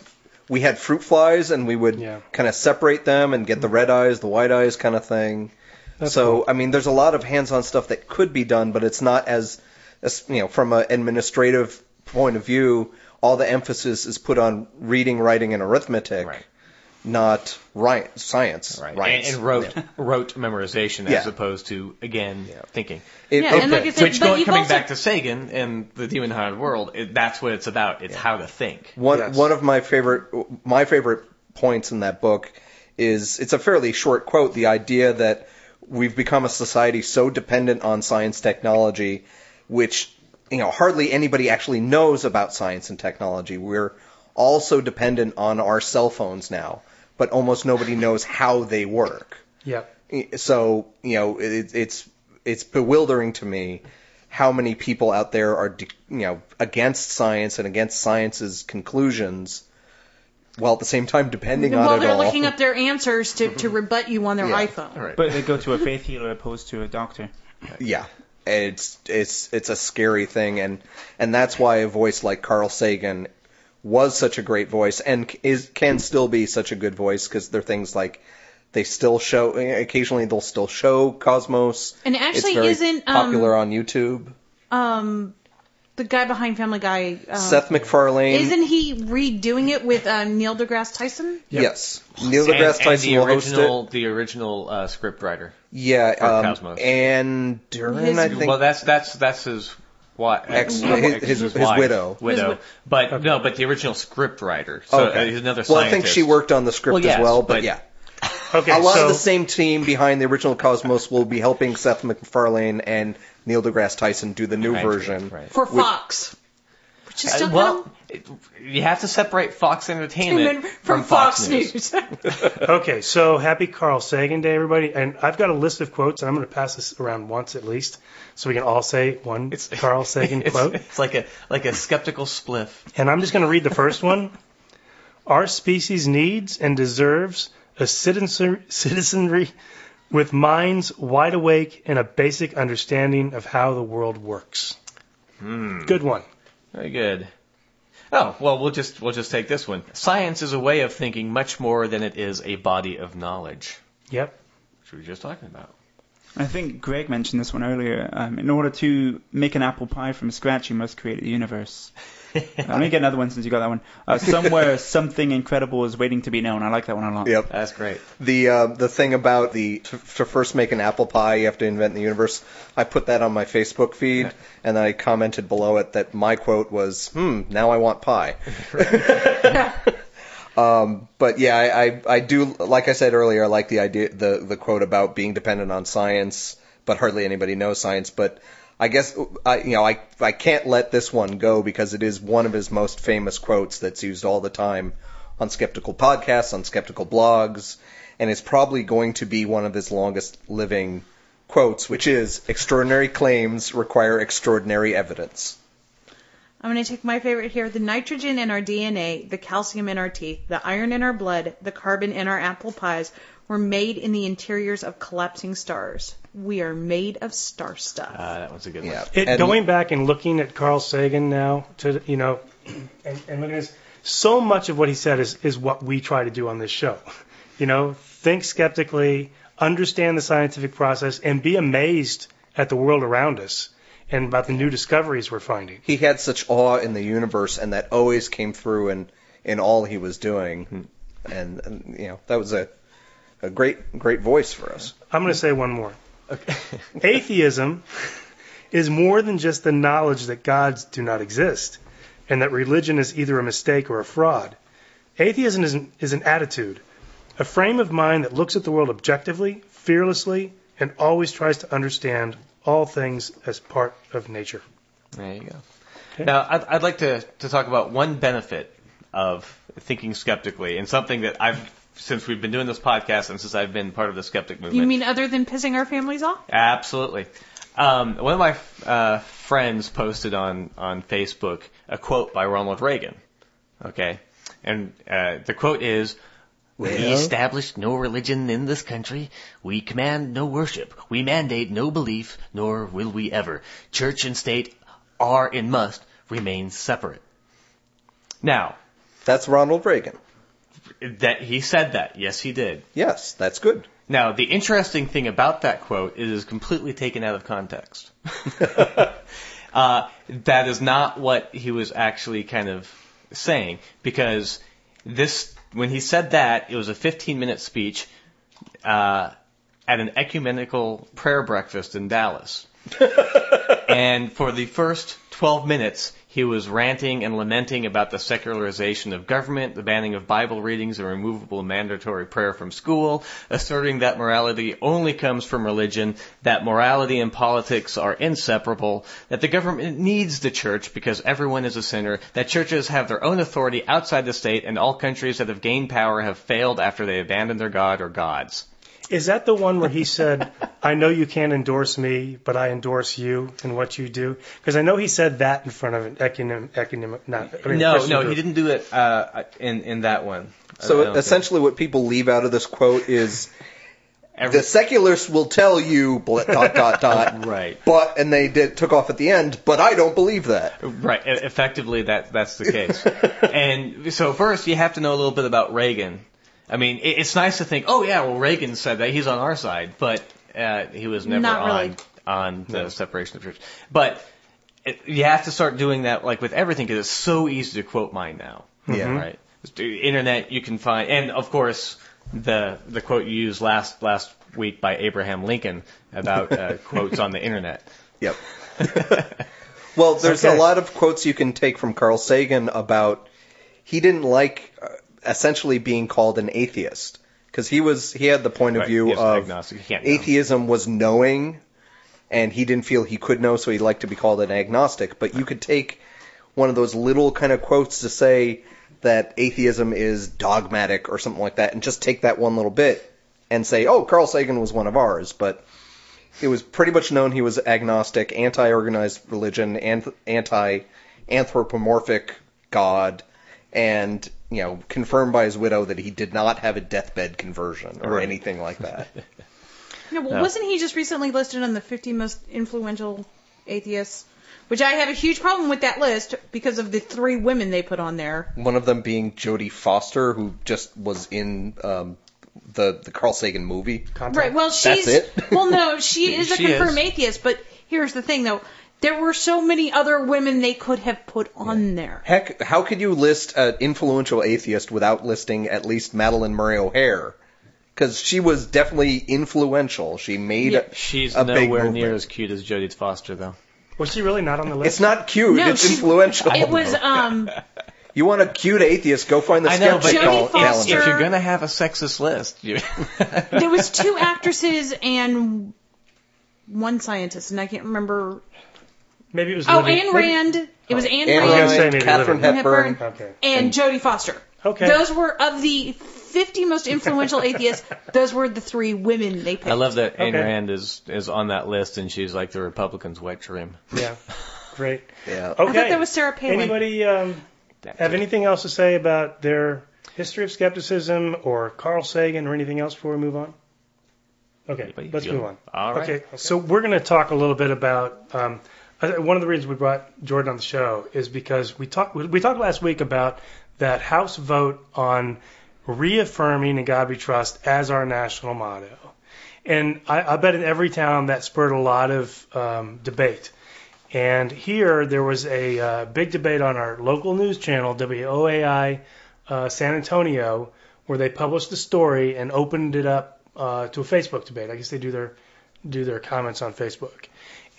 we had fruit flies and we would
Yeah.
kind of separate them and get the red eyes, the white eyes kind of thing. so I mean, there's a lot of hands-on stuff that could be done, but it's not as, as you know from an administrative point of view. All the emphasis is put on reading, writing, and arithmetic,
Right.
not ri science.
And, and rote, rote memorization as
Yeah.
opposed to again thinking.
It-
Yeah,
it-
and like I said,
Which
but
going,
you've
coming
also-
back to Sagan and the demon hunted world, it, that's what it's about. It's how to think.
One
Yes.
one of my favorite my favorite points in that book is it's a fairly short quote. The idea that we've become a society so dependent on science technology, which you know hardly anybody actually knows about science and technology. We're all so dependent on our cell phones now, but almost nobody knows how they work
yeah,
so you know it, it's it's bewildering to me how many people out there are de- you know against science and against science's conclusions while at the same time depending
while
on it
they're
all Mm-hmm.
looking up their answers to, to rebut you on their
Yeah.
iPhone.
All right.
But they go to a faith healer opposed to a doctor.
yeah it's it's it's a scary thing and and that's why a voice like Carl Sagan was such a great voice and c- is can still be such a good voice cuz there are things like They still show occasionally. They'll still show Cosmos.
And it actually
it's very
isn't, um,
popular on YouTube.
Um, the guy behind Family Guy. Um,
Seth MacFarlane.
Isn't he redoing it with um, Neil deGrasse Tyson?
Yes, Neil
And-
deGrasse
and
Tyson
the
will host
original,
it.
the original uh, script writer. for
Yeah, um,
Cosmos.
and Duran,
His-
I think.
well, that's that's that's his wife.
Ex-
no,
his-
ex-
his- his
wife.
widow.
Widow.
His wi-
but no, but the original script writer. So
Okay.
uh, he's another
well,
scientist.
I think she worked on the script
Well, yes,
as well, but,
but-
yeah.
Okay,
A lot
so
of the same team behind the original Cosmos will be helping Seth MacFarlane and Neil deGrasse Tyson do the new
Right,
version.
right.
For
Which-
Fox. Which is
Uh,
still
well, it- you have to separate Fox
kind of
Entertainment
entertainment
from, Fox, News.
Okay, so happy Carl Sagan Day, everybody. And I've got a list of quotes, and I'm going to pass this around once at least so we can all say one Carl Sagan
it's,
quote.
It's like a like a skeptical spliff.
And I'm just going to read the first one. Our species needs and deserves a citizen- citizenry with minds wide awake and a basic understanding of how the world works. Good one.
Very good. Oh well, we'll just we'll just take this one. Science is a way of thinking much more than it is a body of knowledge,
Yep.
which we were just talking about.
I think Greg mentioned this one earlier. Um, in order to make an apple pie from scratch, you must create the universe. Uh, let me get another one since you got that one. Uh, somewhere, something incredible is waiting to be known. I like that one a lot.
Yep.
That's great.
The uh, the thing about the to, to first make an apple pie, you have to invent the universe. I put that on my Facebook feed, and I commented below it that my quote was, "Hmm, now I want pie." um, but yeah, I, I I do like I said earlier, I like the idea the the quote about being dependent on science, but hardly anybody knows science. But I guess I you know I I can't let this one go because it is one of his most famous quotes that's used all the time on skeptical podcasts, on skeptical blogs, and it's probably going to be one of his longest living quotes, which is extraordinary claims require extraordinary evidence.
I'm going to take my favorite here the nitrogen in our DNA, the calcium in our teeth, the iron in our blood, the carbon in our apple pies were made in the interiors of collapsing stars. We are made of star stuff.
Uh, that one's a good
Yeah.
one.
It,
And-
going back and looking at Carl Sagan now, to you know, and, and looking at this, so much of what he said is is what we try to do on this show. You know, think skeptically, understand the scientific process, and be amazed at the world around us and about the new discoveries we're finding.
he had such awe in the universe, and that always came through in in all he was doing. And, and you know that was a a great great voice for us.
I'm going to say one more. Atheism is more than just the knowledge that gods do not exist and that religion is either a mistake or a fraud. Atheism is an, is an attitude, a frame of mind that looks at the world objectively, fearlessly, and always tries to understand all things as part of nature.
There you go. Now, I'd, I'd like to, to talk about one benefit of thinking skeptically and something that I've, since we've been doing this podcast and since I've been part of the skeptic movement.
you mean other than pissing our families off?
Absolutely. Um, one of my uh, friends posted on, on Facebook a quote by Ronald Reagan. Okay. And uh, the quote is We established no religion in this country. We command no worship. We mandate no belief, nor will we ever. Church and state are and must remain separate. Now,
That's Ronald Reagan.
that he said that. Yes, he did.
Yes, that's good.
Now, the interesting thing about that quote is it's completely taken out of context. uh, that is not what he was actually kind of saying because this, when he said that, it was a 15 minute speech uh, at an ecumenical prayer breakfast in Dallas. and for the first 12 minutes, he was ranting and lamenting about the secularization of government, the banning of Bible readings, and removable mandatory prayer from school, asserting that morality only comes from religion, that morality and politics are inseparable, that the government needs the church because everyone is a sinner, that churches have their own authority outside the state, and all countries that have gained power have failed after they abandoned their god or gods.
Is that the one where he said, I know you can't endorse me, but I endorse you and what you do? Because I know he said that in front of an economic, economic not, I mean,
No,
Christian
no,
group.
he didn't do it uh, in in that one. I
So
don't think.
essentially, what people leave out of this quote is
Every-
the secularists will tell you bl- dot dot dot.
Right.
But and they did took off at the end. But I don't believe that.
Right. e- Effectively, that that's the case. and so first, you have to know a little bit about Reagan. I mean, it, it's nice to think, oh yeah, well Reagan said that he's on our side, but uh, he was never
Not
on
really.
on the separation of church. But it, you have to start doing that like with everything because it's so easy to quote mine now.
Yeah.
Right. Just do- Internet, you can find, and of course the the quote you used last last week by Abraham Lincoln about uh, quotes on the internet.
Yep. well, there's
Okay.
a lot of quotes you can take from Carl Sagan about he didn't like uh, essentially being called an atheist because he was he had the point of
Right,
view
he was
of
agnostic, he can't know.
atheism was knowing, and he didn't feel he could know, so he liked to be called an agnostic. But you could take one of those little kind of quotes to say that atheism is dogmatic or something like that, and just take that one little bit and say, oh, Carl Sagan was one of ours, but it was pretty much known he was agnostic, anti-organized religion, and anti-anthropomorphic God, and you know, confirmed by his widow that he did not have a deathbed conversion or
Right.
anything like that.
No, well, wasn't he just recently listed on the 50 most influential atheists? Which I had a huge problem with that list because of the three women they put on there.
One of them being Jodie Foster, who just was in um, the the Carl Sagan movie.
Right. Well, she's
it?
well, no, she is a
She is.
confirmed atheist. But here's the thing, though: there were so many other women they could have put on there.
Heck, how could you list an influential atheist without listing at least Madeline Murray O'Hare? Because she was definitely influential. She made
Yeah,
She's
a big
nowhere
movement.
near as cute as Jodie Foster, though.
Was she really not on the list?
It's not cute.
No,
it's
she-
influential.
It was um
You want a cute atheist? Go find the
I know,
skeptic
Jodie
but
cal-
Foster-
calendar.
If you're gonna have a sexist list, you
there was two actresses and one scientist, and I can't remember.
Maybe it was.
Oh,
Livy.
Anne Rand. It was Anne,
Anne
I was gonna
Rand
say
Ryan,
maybe
Catherine
Living.
Hepburn.
Hepburn.
Okay.
and Jodie Foster.
Okay.
Those were of the 50 most influential atheists. Those were the three women they picked.
I love that Ayn
Okay.
Rand is is on that list, and she's like the Republicans' wet dream.
Yeah. Great.
Yeah.
Okay.
I thought that was Sarah Palin.
Anybody um, have anything else to say about their history of skepticism or Carl Sagan or anything else before we move on? Okay,
Anybody?
let's
You-
move on.
all right.
Okay, so we're going to talk a little bit about um, I- one of the reasons we brought Jordan on the show is because we talked we talked last week about that House vote on reaffirming "In God We Trust" as our national motto, and I, I bet in every town that spurred a lot of um, debate. And here there was a uh, big debate on our local news channel, WOAI uh, San Antonio, where they published the story and opened it up uh, to a Facebook debate. I guess they do their do their comments on Facebook.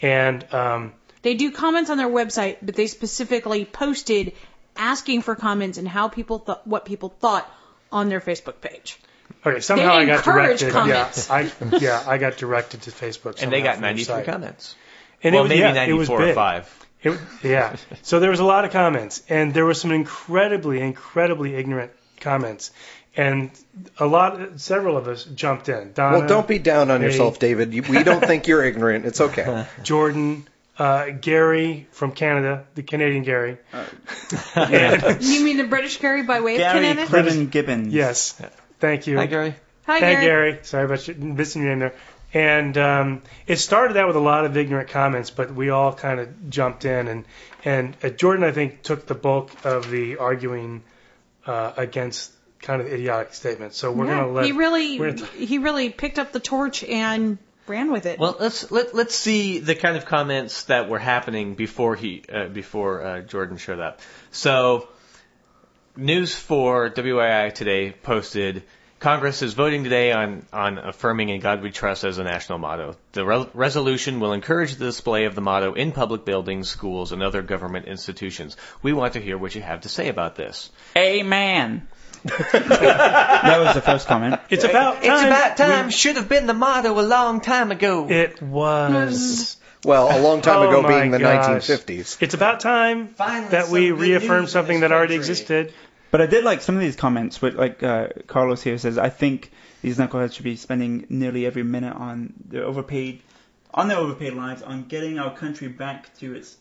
And um,
They do comments on their website, but they specifically posted asking for comments and how people thought what people thought on their Facebook page.
okay, somehow I got
encourage
directed.
comments.
Yeah, I yeah I got directed to Facebook.
And they
somehow
got
from their
93
site.
comments.
And
well,
it was,
maybe
yeah, it was
94 or
big.
5.
It, yeah. So there was a lot of comments, and there were some incredibly, incredibly ignorant comments, and a lot, several of us jumped in. Donna,
Well, don't be down on
Hey.
yourself, David. You- We don't think you're ignorant. It's okay.
Jordan, uh, Gary from Canada, the Canadian Gary.
You mean the British Gary by way of
Gary
Canada?
Clinton Gibbons.
Yes. Thank you.
Hi, Gary.
Hi,
Hey,
Gary.
Gary. Sorry about you, missing your name there. And um, it started out with a lot of ignorant comments, but we all kind of jumped in, and and uh, Jordan I think took the bulk of the arguing uh, against kind of idiotic statements. So we're
Yeah,
gonna let
he
we're-
really he really picked up the torch and ran with it.
Well, let's let let's see the kind of comments that were happening before he uh, before uh, Jordan showed up. So, news for WII today posted: Congress is voting today on on affirming "In God We Trust" as a national motto. The re- resolution will encourage the display of the motto in public buildings, schools, and other government institutions. We want to hear what you have to say about this.
Amen. that was the first comment.
it's about time.
time. Should have been the motto a long time ago.
We- it was.
Well, a long time
Oh
ago,
my
being the
gosh.
1950s.
It's about time that we reaffirm something that already existed.
But I did like some of these comments. With like uh, Carlos here says, I think these knuckleheads should be spending nearly every minute on their overpaid, on their overpaid lives, on getting our country back to its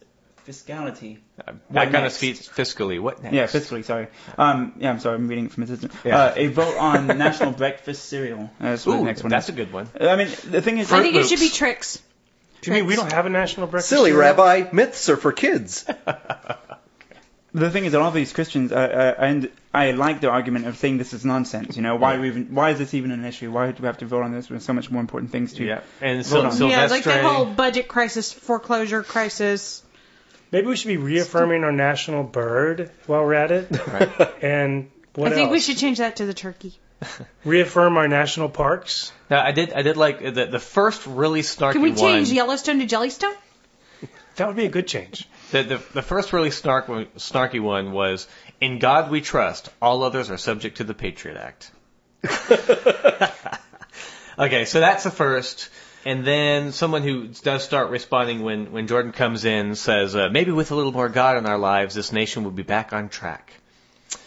fiscality.
What kind
next?
of feats fiscally? What next?
Yeah, fiscally. Sorry. Um, yeah, I'm sorry. I'm reading it from assistant.
Yeah.
Uh, a vote on national breakfast cereal. That's what
Ooh,
the next one.
that's a
is.
good one.
I mean, the thing is,
I think
Fruit
it should be
Loops.
tricks.
Do you mean we don't have a national breakfast?
Silly
cereal?
Rabbi, myths are for kids.
the thing is, a lot of these Christians, uh, uh, and I like the argument of saying this is nonsense. You know, why we even, why is this even an issue? Why do we have to vote on this? There's so much more important things to.
Yeah. And
Hold
Sil-
on.
Silvestre.
yeah, like the whole budget crisis, foreclosure crisis.
Maybe we should be reaffirming our national bird while we're at it. And what
I think
else?
we should change that to the turkey.
reaffirm our national parks.
Now, I did. I did like the, the first really snarky
Can we
one.
change Yellowstone to Jellystone?
That would be a good change.
The, the, the first really snark, snarky one was, "In God we trust. All others are subject to the Patriot Act." okay, so that's the first. And then someone who does start responding when, when Jordan comes in says, uh, "Maybe with a little more God in our lives, this nation will be back on track."
Hmm.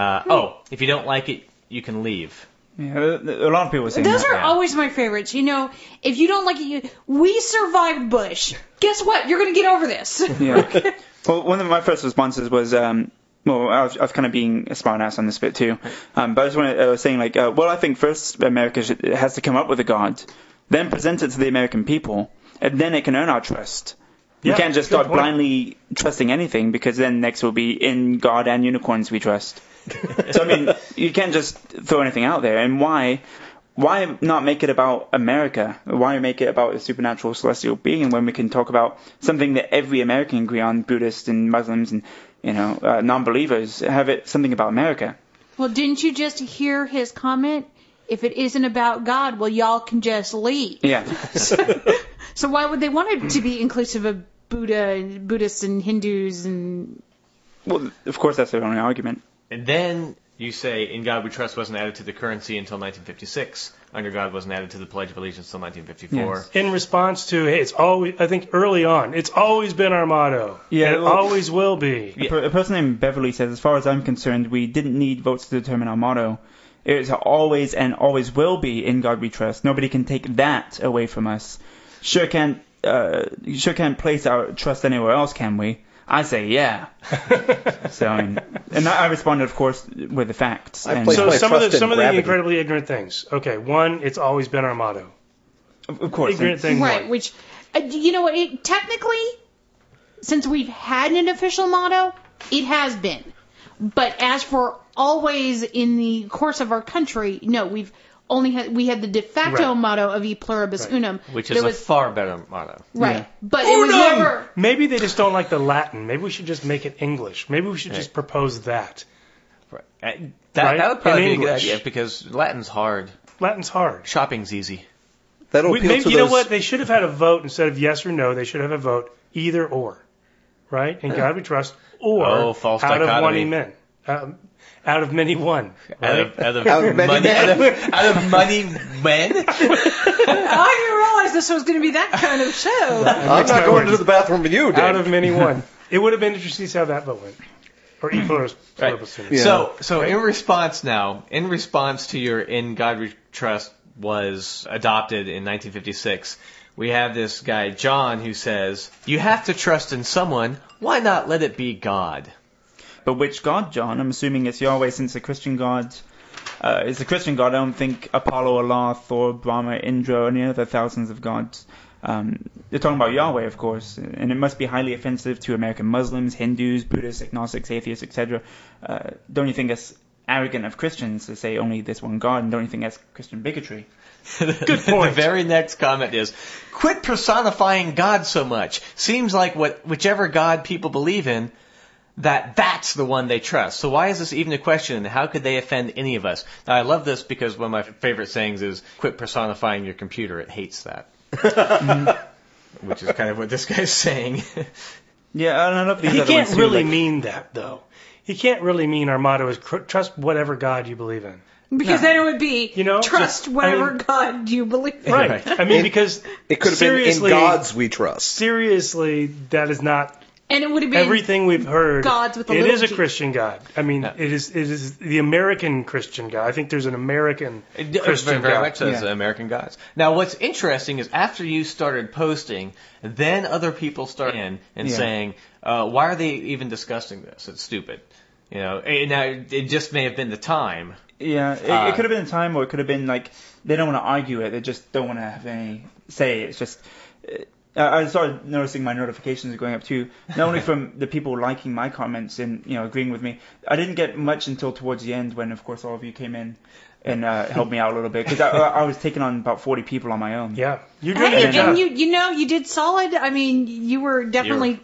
Uh, Oh, if you don't like it, you can leave.
Yeah, a lot of people are saying
Those
that.
are
Yeah.
always my favorites. You know, if you don't like it, you, we survived Bush. Guess what? You're going to get over this.
Yeah. well, one of my first responses was, um, well, I've, I've kind of been a smart ass on this bit too. Um, but I just wanted, I was saying like, uh, well, I think first America should, it has to come up with a god, then present it to the American people, and then it can earn our trust.
Yeah,
we can't just
good
start
point.
blindly trusting anything because then next will be in God and unicorns we trust. so I mean, you can't just throw anything out there. And why? Why not make it about America? Why make it about a supernatural celestial being when we can talk about something that every American agree on, Buddhists and Muslims and you know uh, non-believers have it something about America?
well, didn't you just hear his comment? If it isn't about God, well, y'all can just leave.
Yeah,
So why would they want it to be inclusive of Buddha and Buddhists and Hindus and
well, of course that's their only argument.
And then you say, "In God We Trust" wasn't added to the currency until 1956. Under God wasn't added to the Pledge of Allegiance until 1954.
Yes.
In response to, hey, it's always, I think early on, it's always been our motto.
Yeah,
And it
well-
always will be.
Yeah.
A per- A person named Beverly says, as far as I'm concerned, we didn't need votes to determine our motto. It's always and always will be in God we trust. Nobody can take that away from us. Sure can't, uh, sure can't place our trust anywhere else, can we? I say yeah. so, I mean, and I I responded, of course, with the facts.
I
and,
place
So
my
some of the
trust in
some of the
gravity.
incredibly ignorant things. Okay, one, it's always been our motto.
of of course,
Ignorant thing.
right?
one.
Which uh, you know what? It, technically, since we've had an official motto, it has been. But as for always in the course of our country, no, we've only had we had the de facto
Right.
motto of E pluribus unum,
Which is
There
a
was-
far better motto.
right?
Yeah.
But it was
Unum!
never.
Maybe they just don't like the Latin. Maybe we should just make it English. Maybe we should just propose that.
Right. Uh, That,
Right?
that would probably
In
be a good
English.
idea because Latin's hard.
Latin's hard.
Shopping's easy.
That'll
We,
appeal
maybe,
to
you know
those.
what? They should have had a vote instead of yes or no. They should have a vote either or, right? And God we trust or
Oh, false
out of
dichotomy.
one men, um, out of many one.
Out of, out of,
Out of many
money, out
men.
of, out of money men.
I didn't realize this was going to be that kind of show.
I'm
Next
not going
one.
to the bathroom with you, Dave.
Out of many one. It would have been interesting to see how that vote went. Or E pluribus,
Right.
pluribus unum.
So, so in response now, in response to your "In God We Trust" was adopted in 1956. We have this guy John who says, "You have to trust in someone. Why not let it be God?"
But which god, John? I'm assuming it's Yahweh, since the Christian god uh, is a Christian god. I don't think Apollo, Allah, Thor, Brahma, Indra, or any other thousands of gods. Um, they're talking about Yahweh, of course, and it must be highly offensive to American Muslims, Hindus, Buddhists, agnostics, atheists, etc. Uh, don't you think that's arrogant of Christians to say only this one God, and don't you think that's Christian bigotry?
Good
point.
the very next comment is, "Quit personifying God so much. Seems like what whichever God people believe in, that that's the one they trust. So why is this even a question? And how could they offend any of us?" Now I love this because one of my favorite sayings is, "Quit personifying your computer. It hates that." Which is kind of what this guy's saying.
Yeah, and I love these
He
other
can't
ones too,
really
like-
mean that, though. He can't really mean our motto is cr- trust whatever God you believe in.
Because then it would be
You know,
trust
just- I
whatever
mean-
God you believe. in.
Right.
Right.
I mean, because
It could have been in
seriously-
gods we trust.
seriously, that is not
And it would have been
everything we've heard.
gods with a
it
little
is a
g.
Christian God. I mean,
Yeah.
it is it is the American Christian God. I think there's an American
It- it
Christian
very, very
God.
much so. It's
Yeah.
American Gods. Now, what's interesting is after you started posting, then other people start in and
Yeah.
saying, uh, "Why are they even discussing this? It's stupid." You know, and now it just may have been the time.
Yeah, it,
Uh,
it could have been time, or it could have been like they don't want to argue it. They just don't want to have any say. It's just uh, uh, I started noticing my notifications going up too, not only from the people liking my comments and you know agreeing with me. I didn't get much until towards the end when, of course, all of you came in and uh, helped me out a little bit because I, I was taking on about 40 people on my own.
Yeah, you're doing
Hey,
a good job.
and you you know you did solid. I mean, you were definitely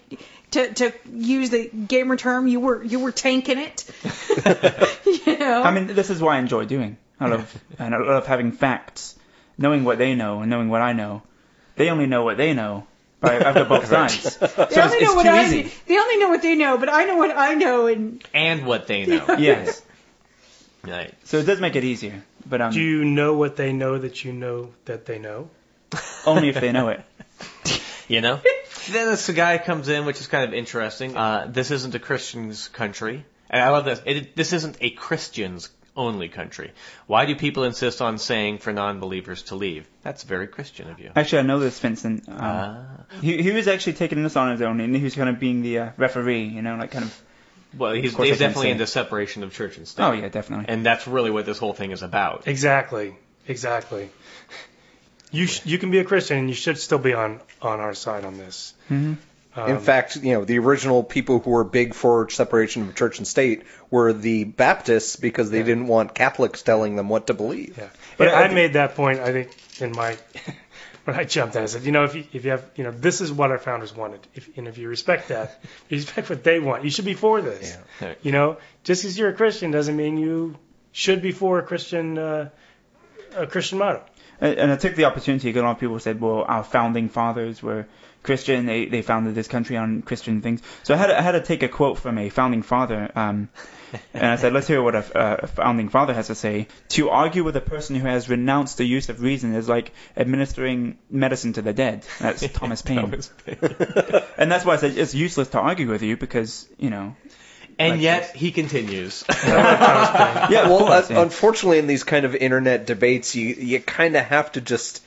to to use the gamer term, you were you were tanking it. you know,
I mean, this is what I enjoy doing. I love and I love having facts, knowing what they know and knowing what I know. They only know what they know. But I- I've got both sides. So it's,
they only know
it's
what
too
I
easy.
they only know what they know, but I know what I know, and
and what they know.
Yes.
right.
So it does make it easier, but um,
Do you know what they know that you know that they know?
only if they know it.
You know? then this guy comes in, which is kind of interesting. Uh, this isn't a Christian's country. And I love this. It, this isn't a Christian's only country. Why do people insist on saying for non believers to leave? That's very Christian of you.
Actually, I know this, Vincent. Um,
Ah.
he, he was actually taking this on his own, and he was kind of being the uh, referee, you know, like kind of.
well, he's,
Of course I
he's
can't
definitely
say.
into separation of church and state.
Oh yeah, definitely.
And that's really what this whole thing is about.
Exactly, exactly. You sh- you can be a Christian and you should still be on on our side on this.
Mhm.
Um,
In fact, you know, the original people who were big for separation of church and state were the Baptists because they didn't want Catholics telling them what to believe.
Yeah.
But
Yeah,
I
I,
think-
made that point. I think in my when I jumped in, I said, you know, if you, if you have, you know, this is what our founders wanted. If, and if you respect that, you respect what they want. You should be for this.
Yeah.
You know, just because you're a Christian doesn't mean you should be for a Christian uh, a Christian motto.
And, and I took the opportunity. 'cause A lot of people said, "Well, our founding fathers were Christian. They they founded this country on Christian things." So I had to, I had to take a quote from a founding father, um, and I said, "Let's hear what a, a founding father has to say." To argue with a person who has renounced the use of reason is like administering medicine to the dead. That's Thomas Paine,
Thomas Paine.
and that's why I said it's useless to argue with you because you know.
And
Like
yet he continues.
Yeah, of
well,
course,
uh,
yeah.
unfortunately, in these kind of internet debates, you you kind of have to just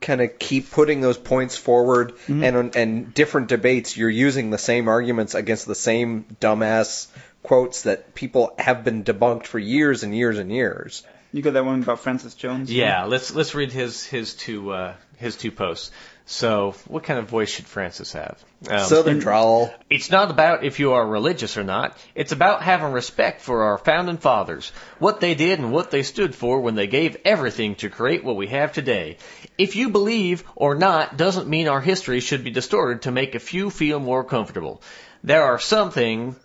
kind of keep putting those points forward, and on and different debates, you're using the same arguments against the same dumbass quotes that people have been debunked for years and years and years.
You got that one about Francis Jones?
yeah, let's let's read his his two uh, his two posts. So, what kind of voice should Francis have? Um,
Southern drawl.
It's not about if you are religious or not. It's about having respect for our founding fathers, what they did and what they stood for when they gave everything to create what we have today. If you believe or not doesn't mean our history should be distorted to make a few feel more comfortable. There are something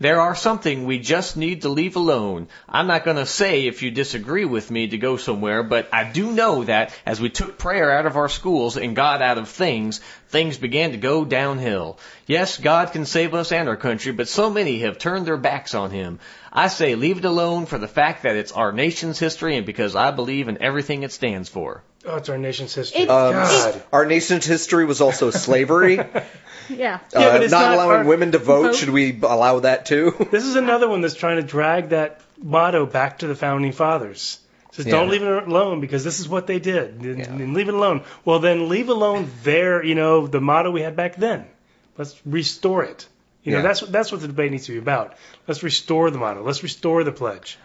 there are something we just need to leave alone. I'm not going to say if you disagree with me to go somewhere, but I do know that as we took prayer out of our schools and God out of things, things began to go downhill. Yes, God can save us and our country, but so many have turned their backs on Him. I say leave it alone for the fact that it's our nation's history and because I believe in everything it stands for.
Oh, it's our nation's history.
It-
Um,
God.
Our nation's history was also slavery.
yeah.
uh,
but
not,
it's not
allowing
our-
women to vote.
vote.
Should we b- allow that too?
This is another one that's trying to drag that motto back to the founding fathers. Says
Yeah.
don't leave it alone because this is what they did. And,
Yeah.
and leave it alone. Well, then leave alone their, you know, the motto we had back then. Let's restore it. You know,
Yeah.
that's that's what the debate needs to be about. Let's restore the motto. Let's restore the pledge.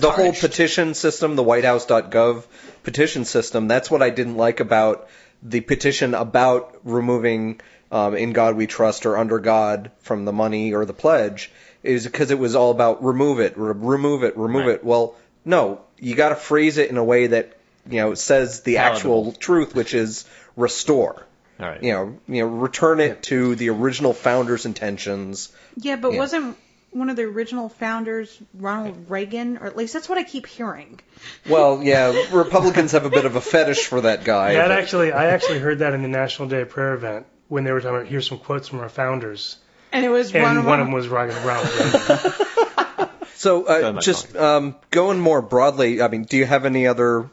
the whole petition system, the WhiteHouse.gov petition system. That's what I didn't like about the petition about removing um, "In God We Trust" or "Under God" from the money or the pledge, is because it was all about remove it, re- remove it, remove
Right.
it. Well, no, you got to phrase it in a way that you know says the actual
Palatable.
truth, which is restore.
All right.
You know, you know, return it to the original founder's intentions.
Yeah, but
Yeah.
wasn't one of the original founders Ronald Reagan, or at least that's what I keep hearing.
Well, yeah, Republicans have a bit of a fetish for that guy.
That
but-
actually, I actually heard that in the National Day of Prayer event when they were talking about here's some quotes from our founders,
And it was
and
Ronald.
one of them was Ronald Reagan.
So,
ahead,
uh,
Mike.
just um, going more broadly, I mean, do you have any other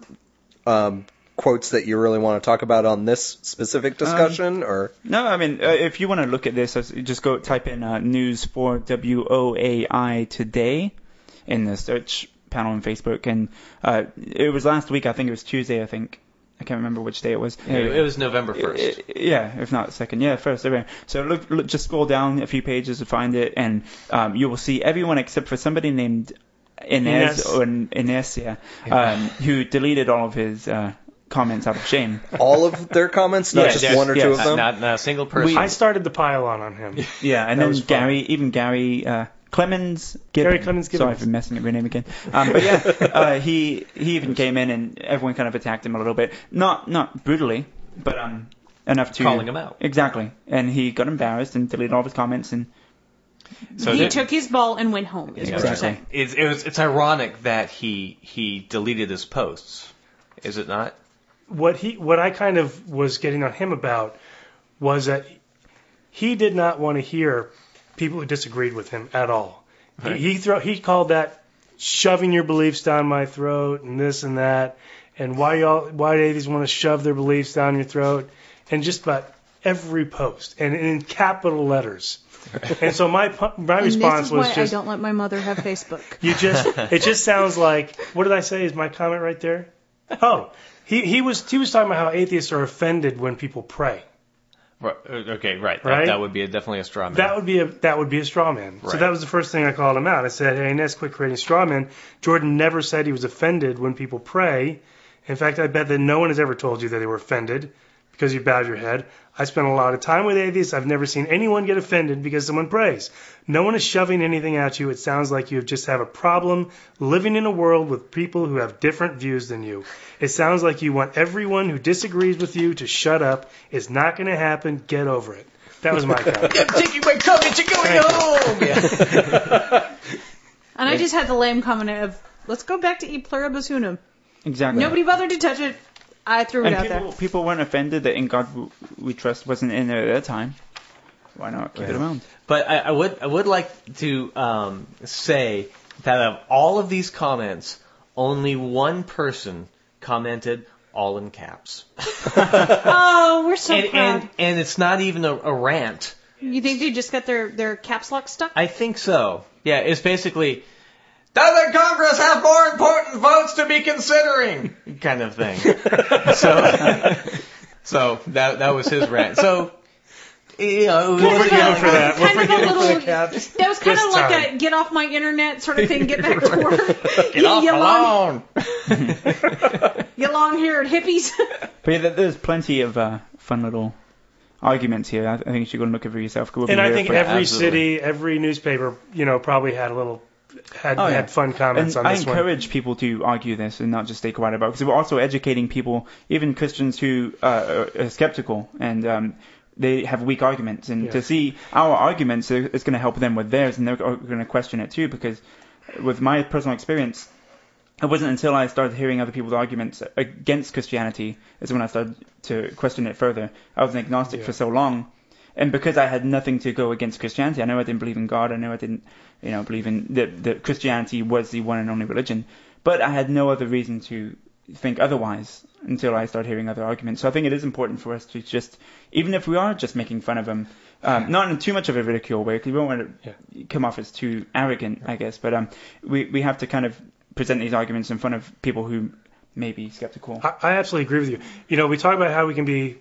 um, quotes that you really want to talk about on this specific discussion, or
No, I mean, uh, if you want to look at this, as- just go type in uh, news for WOAI today in the search panel on Facebook. And uh, it was last week, I think it was Tuesday, I think. I can't remember which day it was.
It, it was November 1st.
I- I- Yeah, if not second, yeah, first. Okay. So look, look, just scroll down a few pages to find it, and um, you will see everyone except for somebody named
Ines.
Inez or Ines, yeah, um, who deleted all of his uh, comments out of shame.
all of their comments, not
Yeah,
just
yes,
one or
yes.
two of
Not,
them.
not, not a single person.
I started the pylon on him.
Yeah, and
That
then
was fun.
Gary, even Gary uh, Clemens Gibbon.
Gary Clemens Gibbon.
Sorry for messing up your name again. Um, but yeah, uh, he he even came in and everyone kind of attacked him a little bit, not not brutally, but um enough to
Calling him out.
Exactly, and he got embarrassed and deleted all of his comments and
so
he
there-
took his ball and went home. Is what you're
Exactly.
saying.
it's, it was, it's ironic that he he deleted his posts. Is it not?
what he what I kind of was getting on him about was that he did not want to hear people who disagreed with him at all. He- He, throw, he called that shoving your beliefs down my throat and this and that and why y'all why do atheists want to shove their beliefs down your throat and just about every post and in capital letters. And so my pu- my
And this
response
is
was
why
just
I don't let my mother have Facebook.
you just it just sounds like what did I say is my comment right there? Oh, he he was he was talking about how atheists are offended when people pray.
Right, uh, Okay, right. That,
Right?
that would be a, definitely a straw man.
That would be a that would be a straw man. So
Right.
that was the first thing I called him out. I said, "Hey, Ness, quit creating straw men." Jordan never said he was offended when people pray. In fact, I bet that no one has ever told you that they were offended because you bowed your head. I spent a lot of time with atheists. I've never seen anyone get offended because someone prays. No one is shoving anything at you. It sounds like you just have a problem living in a world with people who have different views than you. It sounds like you want everyone who disagrees with you to shut up. It's not going to happen. Get over it. That was my comment.
taking my comment, you're going home. Yeah.
And I just had the lame comment of, let's go back to E pluribus unum.
exactly
Nobody bothered to touch it. I threw it
and
out
people,
there.
people weren't offended that in God W- we trust wasn't in there at that time. Why not keep it around?
But I, I would I would like to um, say that of all of these comments, only one person commented all in caps,
Oh, we're so
and,
proud.
and and it's not even a, a rant.
you think they just got their, their caps lock stuck?
I think so. Yeah, it's basically. Doesn't Congress have more important votes to be considering? Kind of thing. so, so that that was his rant. So, you know, it was-
Kind
forgive him
of a-
for that. We'll
kind of a
forgive him for the
little- That was kind of
This
like
time.
a get off my internet sort of thing, get back to work.
Get off my
long,
lawn.
you long-haired hippies.
But yeah, there- there's plenty of uh, fun little arguments here. I, I think you should go and look it for yourself. 'cause we'll be
And I
here
think
for-
every
absolutely.
city, every newspaper, you know, probably had a little had
Oh, yeah.
had fun comments
and
on
I
this one.
encourage people to argue this and not just stay quiet about it because we're also educating people, even Christians who uh, are are skeptical and um, they have weak arguments. And
Yeah.
to see our arguments, it- it's going to help them with theirs and they're going to question it too because with my personal experience, it wasn't until I started hearing other people's arguments against Christianity is when I started to question it further. I was an agnostic
Yeah.
for so long, and because I had nothing to go against Christianity, I know I didn't believe in God, I know I didn't, you know, believe in that that Christianity was the one and only religion, but I had no other reason to think otherwise until I started hearing other arguments. So I think it is important for us to just, even if we are just making fun of them, um, not in too much of a ridicule way, because we don't want to come off as too arrogant, I guess, but um, we we have to kind of present these arguments in front of people who may be skeptical.
I, I absolutely agree with you. You know, we talk about how we can be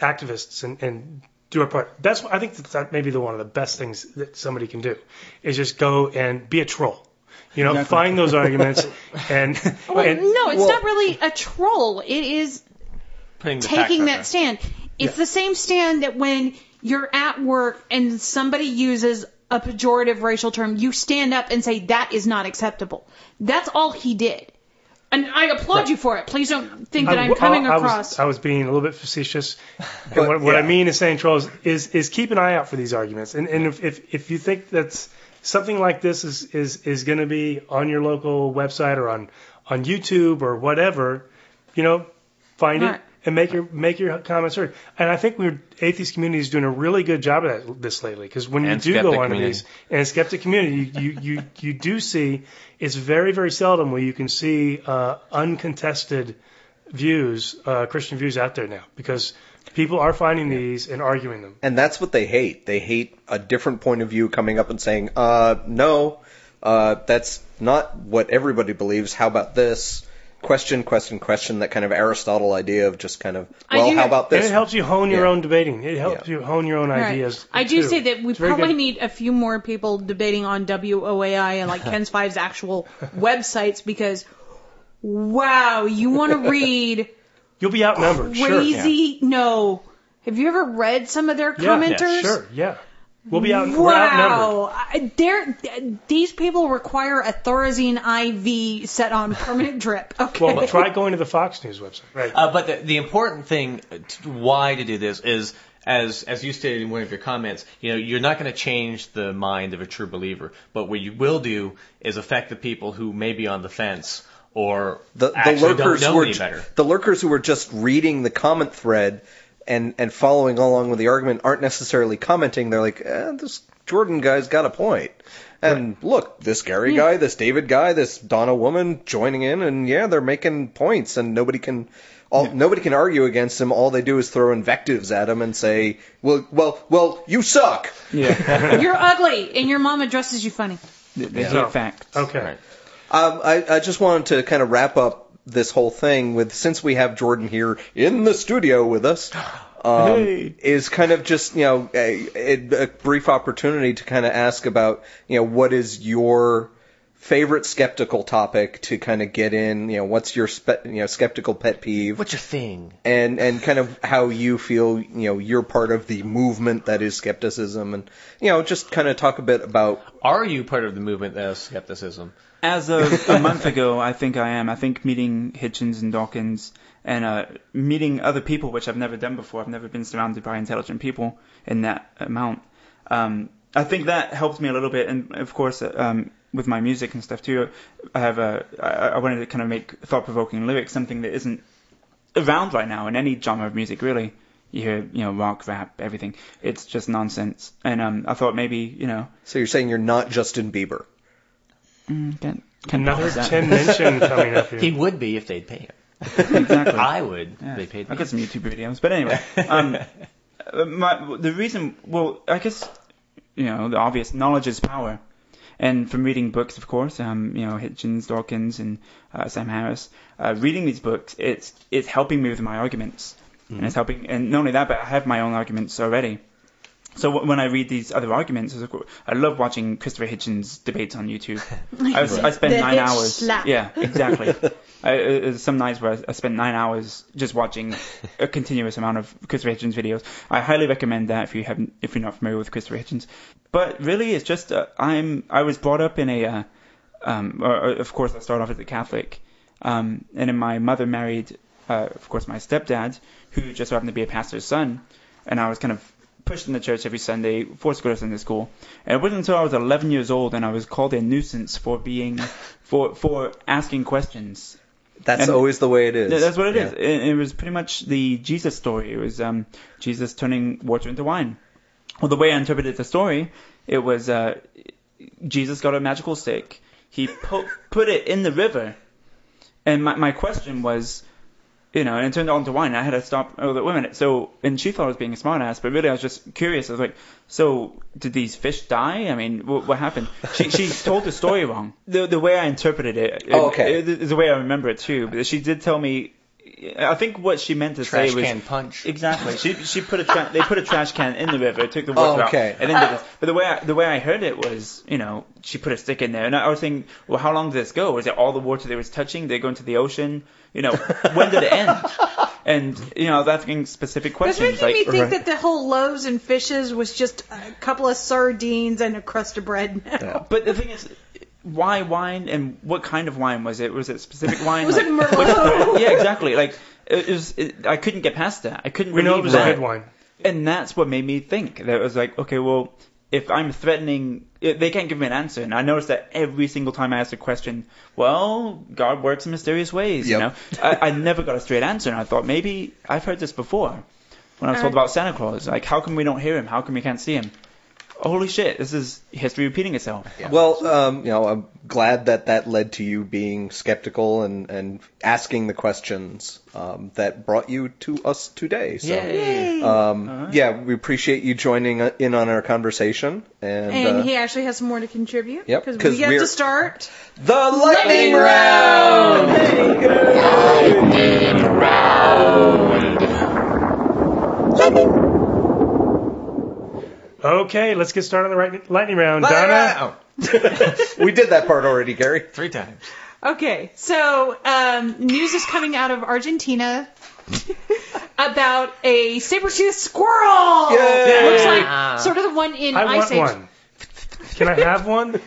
activists and, and do our part. That's I think that's that may be the one of the best things that somebody can do is just go and be a troll. You know,
Exactly.
find those arguments and,
Well,
and
no, it's
well-
not really a troll. It is
Putting the facts
taking
out
that
there.
stand. It's the same stand that when you're at work and somebody uses a pejorative racial term, you stand up and say that is not acceptable. That's all he did. And I applaud you for it. Please don't think that I, am coming
I- I was-
across.
I was, being a little bit facetious. And
But,
what, what I
yeah.
mean is saying trolls is is keep an eye out for these arguments. And and if if, if you think that's something like this is is is going to be on your local website or on on YouTube or whatever, you know, find it
Right.
and make your make your comments heard. And I think we're atheist community is doing a really good job of that this lately because when
And
you do
skeptic
go onto
community.
these and skeptic community, you you you, you do see it's very very seldom where you can see uh, uncontested views, uh, Christian views out there now because people are finding these and arguing them.
And that's what they hate. They hate a different point of view coming up and saying, uh, no, uh, that's not what everybody believes. How about this? Question, question, question. That kind of Aristotle idea of just kind of,
I
well,
do
how
have-
about
And
this?
it helps you hone your
Yeah.
own debating. It helps
Yeah.
you hone your own
Right.
ideas.
I do
too.
say that we
It's very
probably
good.
need a few more people debating on WOAI and like Ken's Five's actual websites because wow, you want to read
You'll be outnumbered. sure. Yeah.
Crazy. No. Have you ever read some of their
Yeah,
commenters?
sure. Yeah. We'll be out. We're outnumbered.
Wow. I- They're, these people require a Thorazine IV set on permanent drip. Okay.
Well, try going to the Fox News website. Right.
Uh, but the, the important thing, to, why to do this is, as as you stated in one of your comments, you know, you're not going to change the mind of a true believer, but what you will do is affect the people who may be on the fence or
the, the
actually
lurkers
don't know
were
any
ju-
better.
the lurkers who were just reading the comment thread and and following along with the argument aren't necessarily commenting. They're like, eh, this Jordan guy's got a point. And look, this Gary guy, this David guy, this Donna woman joining in, and yeah, they're making points, and nobody can. All, Nobody can argue against him. All they do is throw invectives at him and say, "Well, well, well, you suck."
You're ugly, and your mom addresses you funny.
They, they
So-
hate facts.
Okay.
Right.
Um, I, I just wanted to kind of wrap up this whole thing with since we have Jordan here in the studio with us. Um,
Hey.
Is kind of just you know a, a brief opportunity to kind of ask about you know what is your favorite skeptical topic to kind of get in you know what's your spe- you know skeptical pet peeve
What's your thing?
and and kind of how you feel you know you're part of the movement that is skepticism and you know just kind of talk a bit about
Are you part of the movement that is skepticism?
As of a month ago, I think I am. I think meeting Hitchens and Dawkins and uh, meeting other people, which I've never done before. I've never been surrounded by intelligent people in that amount. Um, I think that helped me a little bit, and of course, uh, um, with my music and stuff too. I have a. I, I wanted to kind of make thought-provoking lyrics, something that isn't around right now in any genre of music, really. You hear, you know, rock, rap, everything. It's just nonsense. And um, I thought maybe, you know,
so you're saying you're not Justin Bieber
mm, can't, can't
Another
promise that.
Tim Minchin coming up here.
He would be if they'd pay him.
exactly.
I would. if They paid
I
me.
got some YouTube videos, but anyway, um, uh, my, the reason, well, I guess, you know, the obvious knowledge is power, and from reading books, of course, um, you know, Hitchens, Dawkins, and uh, Sam Harris, uh, reading these books, it's it's helping me with my arguments,
Mm-hmm.
and it's helping, and not only that, but I have my own arguments already. So wh- when I read these other arguments, it's like, I love watching Christopher Hitchens debates on YouTube. I, was- I spend
The
nine
bitch
hours.
slap.
Yeah, exactly. I, I- there's some nights where I, I spent nine hours just watching a continuous amount of Christopher Hitchens videos. I highly recommend that if you haven't, if you're not familiar with Christopher Hitchens. But really, it's just uh, I'm I was brought up in a, uh, um, or, or, of course I started off as a Catholic, um, and then my mother married, uh, of course, my stepdad, who just so happened to be a pastor's son, and I was kind of pushed in the church every Sunday, forced to go to Sunday school. And it wasn't until I was 11 years old and I was called a nuisance for being, for for asking questions.
that's
And-
always the way it is
Th- That's what it
Yeah.
is. It, it was pretty much the Jesus story. It was um, Jesus turning water into wine. Well, the way I interpreted the story, it was uh, Jesus got a magical stick. He put put it in the river, and my my question was, you know, and it turned it onto wine. I had to stop. Oh, wait a minute. So, and she thought I was being a smartass, but really I was just curious. I was like, so did these fish die? I mean, what, what happened? She she told the story wrong. The the way I interpreted it, it-
Oh, okay.
it- it's the way I remember it too. But she did tell me. I think what she meant to
Trash
say was
can punch.
Exactly. She she put a tra- they put a trash can in the river, took the water
Okay.
out, and then did this. But the way I, the way I heard it was, you know, she put a stick in there, and I was thinking, well, how long did this go? Was it all the water they was touching? They go into the ocean, you know? When did it end? And you know, I was asking specific
It's
questions
making
like,
me think
Right.
that the whole loaves and fishes was just a couple of sardines and a crust of bread. Now.
but the thing is. Why wine and what kind of wine was it? Was it specific wine?
Was
like-
it Merlot?
yeah, exactly. Like it was. It, I couldn't get past that. I couldn't.
we know
believe
it was
that.
a good wine.
and that's what made me think that it was like, okay, well, if I'm threatening, if they can't give me an answer, and I noticed that every single time I asked a question, well, God works in mysterious ways,
Yep.
you know. I, I never got a straight answer, and I thought maybe I've heard this before when I was told about Santa Claus. Like, how come we don't hear him? How come we can't see him? Holy shit! This is history repeating itself.
Well, um, you know, I'm glad that that led to you being skeptical and, and asking the questions um, that brought you to us today. So, um, yeah, we appreciate you joining uh, in on our conversation. And,
And
uh,
he actually has some more to contribute
Yep,
because
'cause
we have
we're-
to start.
the lightning round.
Okay, let's get started on the right, lightning round. Donna,
Donna!
We did that part already, Gary.
Three times.
Okay, so um, news is coming out of Argentina about a saber-toothed squirrel.
Yay!
Looks
Ah.
like sort of the one in
I
Ice
want
Age.
one. Can I have one?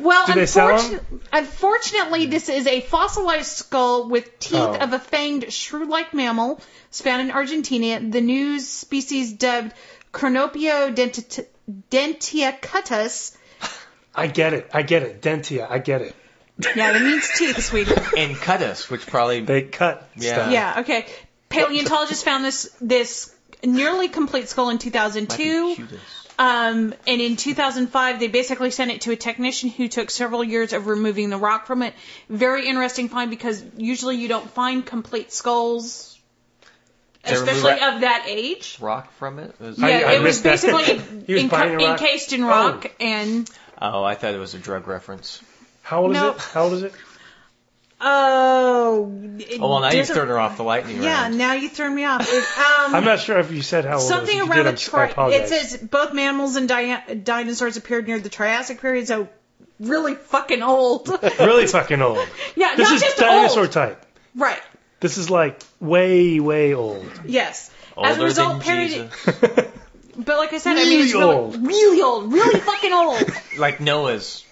Well,
Do they sell 'em?
unfortun- unfortunately, this is a fossilized skull with teeth
Oh.
of a fanged shrew-like mammal It's found in Argentina. The new species dubbed Cornopio dentit- dentiacutus.
I get it. I get it. Dentia. I get it.
Yeah, it means tooth, sweetie.
Uh-huh.
and cut us, which probably
They cut
Yeah.
stuff.
Yeah, okay. Paleontologists found this this nearly complete skull in 2002. Um, and in 2005, they basically sent it to a technician who took several years of removing the rock from it. Very interesting find because usually you don't find complete skulls,
To remove
especially
that-
of that age.
rock from it. It was-
Yeah,
I
it
missed
was
that.
basically
He was
enca-
buying a rock.
encased in rock, and
Oh, I thought it was a drug reference.
How old
No.
is it? How old is it?
oh, it
Oh well, now you've
doesn't-
thrown her off the lightning
Yeah,
round.
now you threw me off. It- um,
I'm not sure if you said how old
Something
it was. If you did,
around the
I'm s- I
tri-
apologize.
it says both mammals and dia- dinosaurs appeared near the Triassic period, so really fucking old.
really fucking old.
yeah,
This
not
is
just
dinosaur
old.
type.
right.
This is like way, way old.
Yes. As a
Older
result,
than
parody-
Jesus.
but like I said, I mean, it's
Really
really
old.
really old, really fucking old.
like Noah's,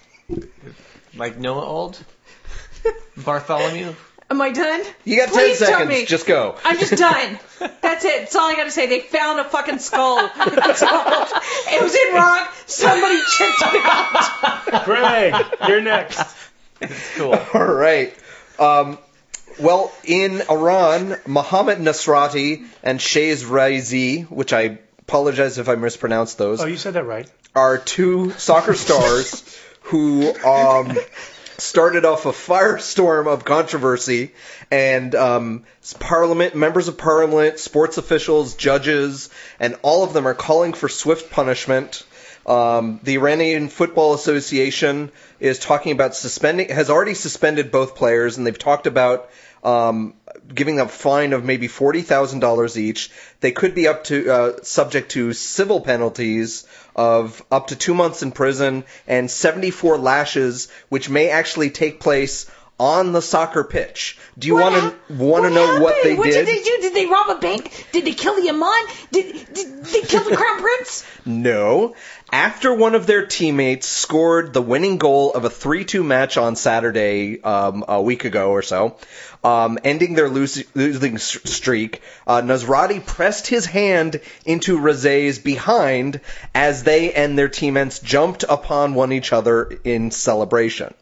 like Noah old, Bartholomew.
Am I done?
You got
Please
ten
tell
seconds.
me.
Just go.
I'm just done. That's it. That's all I gotta say. They found a fucking skull. That's all. It was in rock. Somebody checked it out.
Greg, you're next.
Cool.
All right. Um, well, in Iran, Mohammad Nasrati and Shays Razi, which I apologize if I mispronounced those,
Oh, you said that right.
are two soccer stars who um, started off a firestorm of controversy, and um, parliament members of parliament, sports officials, judges, and all of them are calling for swift punishment. Um, the Iranian Football Association is talking about suspending has already suspended both players, and they've talked about um, giving them a fine of maybe forty thousand dollars each. They could be up to uh, subject to civil penalties of up to two months in prison and seventy four lashes, which may actually take place on the soccer pitch. Do you
What
want to
hap-
want to know what
happened?
they
what
did?
did they do? Did they rob a bank? Did they kill the Amon? Did, did they kill the Crown Prince?
No. After one of their teammates scored the winning goal of a 3 2 match on Saturday um, a week ago or so, um, ending their lose- losing s- streak, uh, Nasrati pressed his hand into Raze's behind as they and their teammates jumped upon one each other in celebration.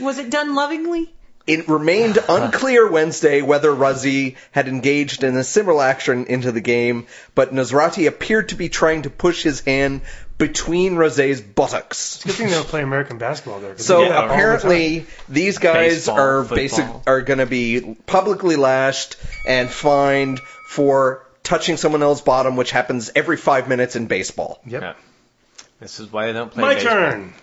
Was it done lovingly?
It remained unclear Wednesday whether Razi had engaged in a similar action into the game, but Nasrati appeared to be trying to push his hand between Razi's buttocks.
Good thing they don't play American basketball there. 'cause
So
they do that all the
apparently these guys
Baseball,
are
football.
basic are going to be publicly lashed and fined for touching someone else's bottom, which happens every five minutes in baseball.
time.
Yeah.
Yep.
This is why I don't play.
My
baseball.
turn.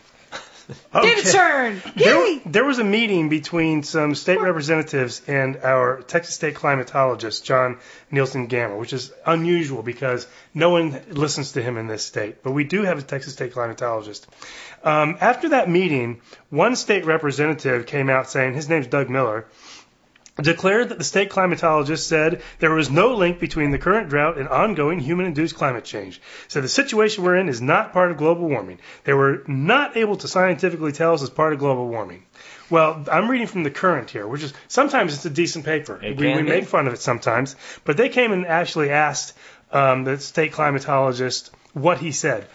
David Stern.
There,
Yay!
there was a meeting between some state representatives and our Texas state climatologist, John Nielsen Gammer, which is unusual because no one listens to him in this state. But we do have a Texas state climatologist. Um, after that meeting, one state representative came out saying, his name's Doug Miller, declared that the state climatologist said there was no link between the current drought and ongoing human-induced climate change. So the situation we're in is not part of global warming. They were not able to scientifically tell us it's part of global warming. Well, I'm reading from the current here, which is sometimes it's a decent paper.
It
we
can
we
be.
make fun of it sometimes, but they came and actually asked um, the state climatologist what he said.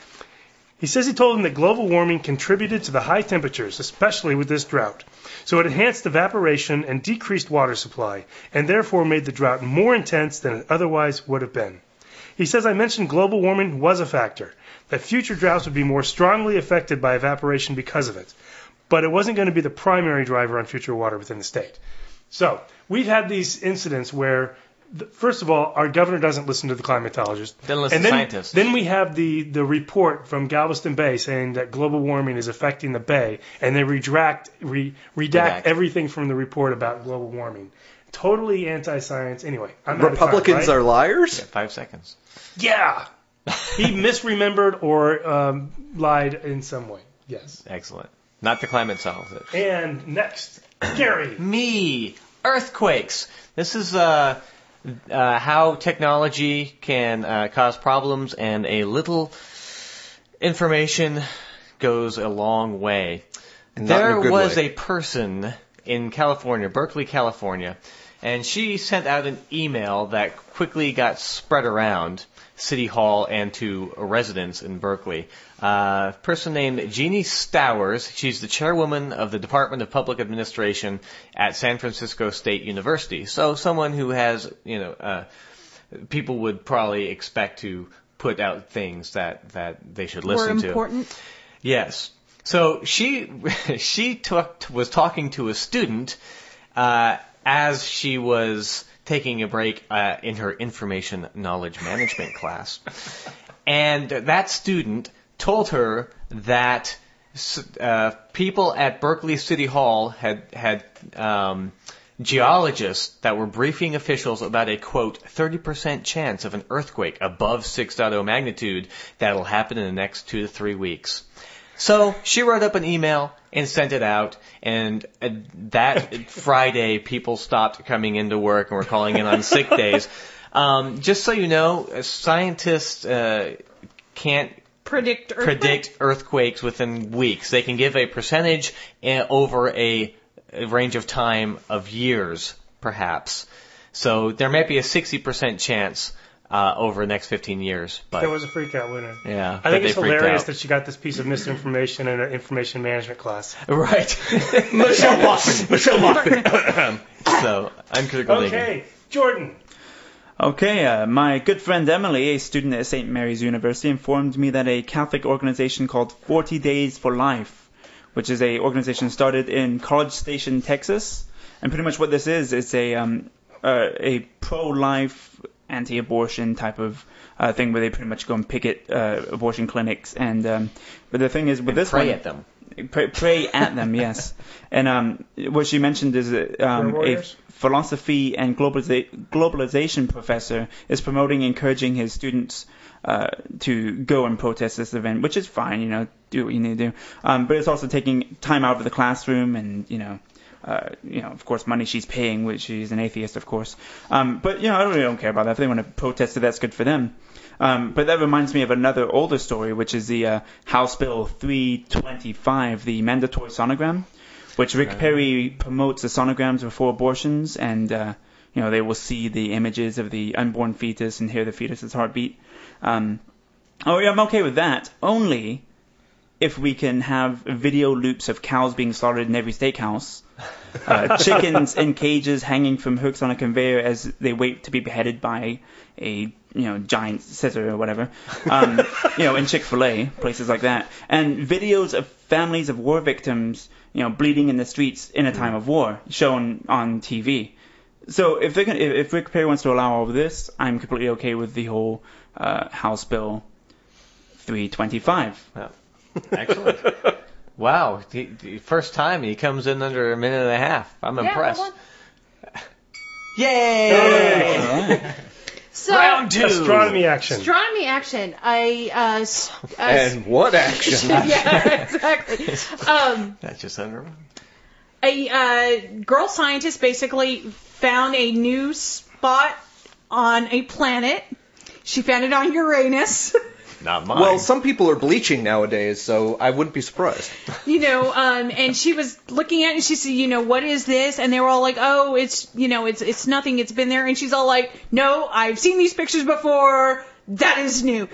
He says he told him that global warming contributed to the high temperatures, especially with this drought. So it enhanced evaporation and decreased water supply, and therefore made the drought more intense than it otherwise would have been. He says I mentioned global warming was a factor, that future droughts would be more strongly affected by evaporation because of it, but it wasn't going to be the primary driver on future water within the state. So we've had these incidents where, th- first of all, our governor doesn't listen to the climatologist.
Doesn't listen
and
to
then,
scientists.
Then we have the, the report from Galveston Bay saying that global warming is affecting the bay, and they retract, re, redact,
Redact.
everything from the report about global warming. Totally anti-science. Anyway, I'm out of time,
Republicans
right?
are liars.
Five seconds.
Yeah. he misremembered or um, lied in some way. Yes.
Excellent. Not the climate solves it.
And next, Gary.
Me, earthquakes. This is uh, uh, how technology can uh, cause problems, and a little information goes a long way.
And not in a
there
good
was
way.
a person in California, Berkeley, California, and she sent out an email that quickly got spread around City Hall and to residents in Berkeley. Uh, a person named Jeannie Stowers, she's the chairwoman of the Department of Public Administration at San Francisco State University. So someone who has, you know, uh, people would probably expect to put out things that, that they should listen
Were
to.
important.
Yes. So she she talked was talking to a student uh, as she was taking a break uh, in her information knowledge management class, and that student told her that s- uh, people at Berkeley City Hall had had um, geologists that were briefing officials about a quote 30% chance of an earthquake above 6.0 magnitude that'll happen in the next two to three weeks. So she wrote up an email and sent it out, and uh, that Friday people stopped coming into work and were calling in on sick days. Um, just so you know, uh, scientists uh, can't
Predict earthquake.
predict earthquakes within weeks. They can give a percentage eh, over a a range of time of years, perhaps. So there might be a 60% chance uh, over the next 15 years.
That
But
was a freak out winner. I
yeah,
think
but
it's
they freaked
hilarious
out.
that she got this piece of misinformation in an information management class.
right.
Michelle Watson. Michelle Watson.
so I'm critical thinking.
Okay, Jordan.
Okay, uh, my good friend Emily, a student at St. Mary's University, informed me that a Catholic organization called 40 Days for Life, which is a organization started in College Station, Texas, and pretty much what this is, it's a um, uh, a pro-life, anti-abortion type of uh, thing where they pretty much go and picket uh, abortion clinics, and um, but the thing is with this
Pray
one,
at them.
pray, pray at them, yes. And um, what she mentioned is that um,
We're
a
warriors.
philosophy and globaliza- globalization professor is promoting, encouraging his students uh, to go and protest this event, which is fine, you know, do what you need to do. Um, but it's also taking time out of the classroom and, you know, uh, you know, of course, money she's paying, which she's an atheist, of course. Um, but you know, I really don't care about that. If they want to protest it, that's good for them. Um, but that reminds me of another older story, which is the uh, House Bill 325, the mandatory sonogram, which Rick Perry promotes the sonograms before abortions, and uh, you know they will see the images of the unborn fetus and hear the fetus's heartbeat. Um, oh yeah, I'm okay with that. Only if we can have video loops of cows being slaughtered in every steakhouse, uh, chickens in cages hanging from hooks on a conveyor as they wait to be beheaded by a you know giant scissor or whatever, um, you know in Chick Fil A places like that, and videos of families of war victims you know bleeding in the streets in a time of war shown on TV. So if they're gonna, if if Rick Perry wants to allow all of this, I'm completely okay with the whole uh, House Bill 325.
Excellent. wow. He, the first time he comes in under a minute and a half. I'm
Yeah,
impressed.
that one.
Yay!
So
Round two.
Astronomy action.
astronomy action. I uh, s- uh s-
and what action?
yeah, exactly. Um,
That's just under.
a uh, girl scientist basically found a new spot on a planet. She found it on Uranus.
Not mine.
Well, some people are bleaching nowadays, so I wouldn't be surprised.
you know, um, and she was looking at it and she said, you know, what is this? And they were all like, oh, it's, you know, it's, it's nothing. It's been there. And she's all like, no, I've seen these pictures before. That is new.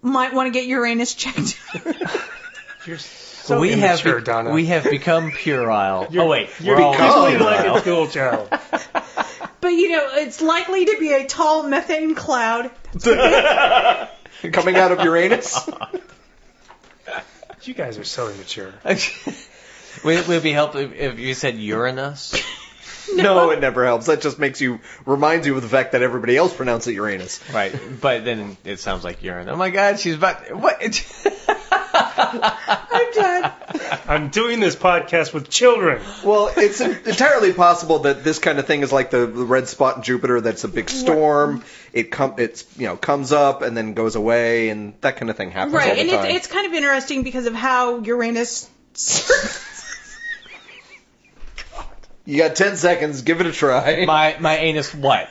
Might want to get Uranus checked.
You're so
we have
immature,
be-
Donna.
we have become puerile. oh wait,
You're
we're all
becoming
puerile.
like a school child.
but you know, it's likely to be a tall methane cloud.
Coming out of Uranus?
You guys are so immature.
Would, would it be helpful if, if you said Uranus?
no, it never helps. That just makes you reminds you of the fact that everybody else pronounced it Uranus.
right, but then it sounds like urine. Oh my God, she's about what?
I'm done.
I'm doing this podcast with children.
Well, it's en- entirely possible that this kind of thing is like the, the red spot in Jupiter. That's a big storm. It com- it's you know comes up and then goes away, and that kind of thing happens all
Right.
the
And
time.
it's, it's kind of interesting because of how Uranus.
You got 10 seconds. Give it a try.
My my anus what?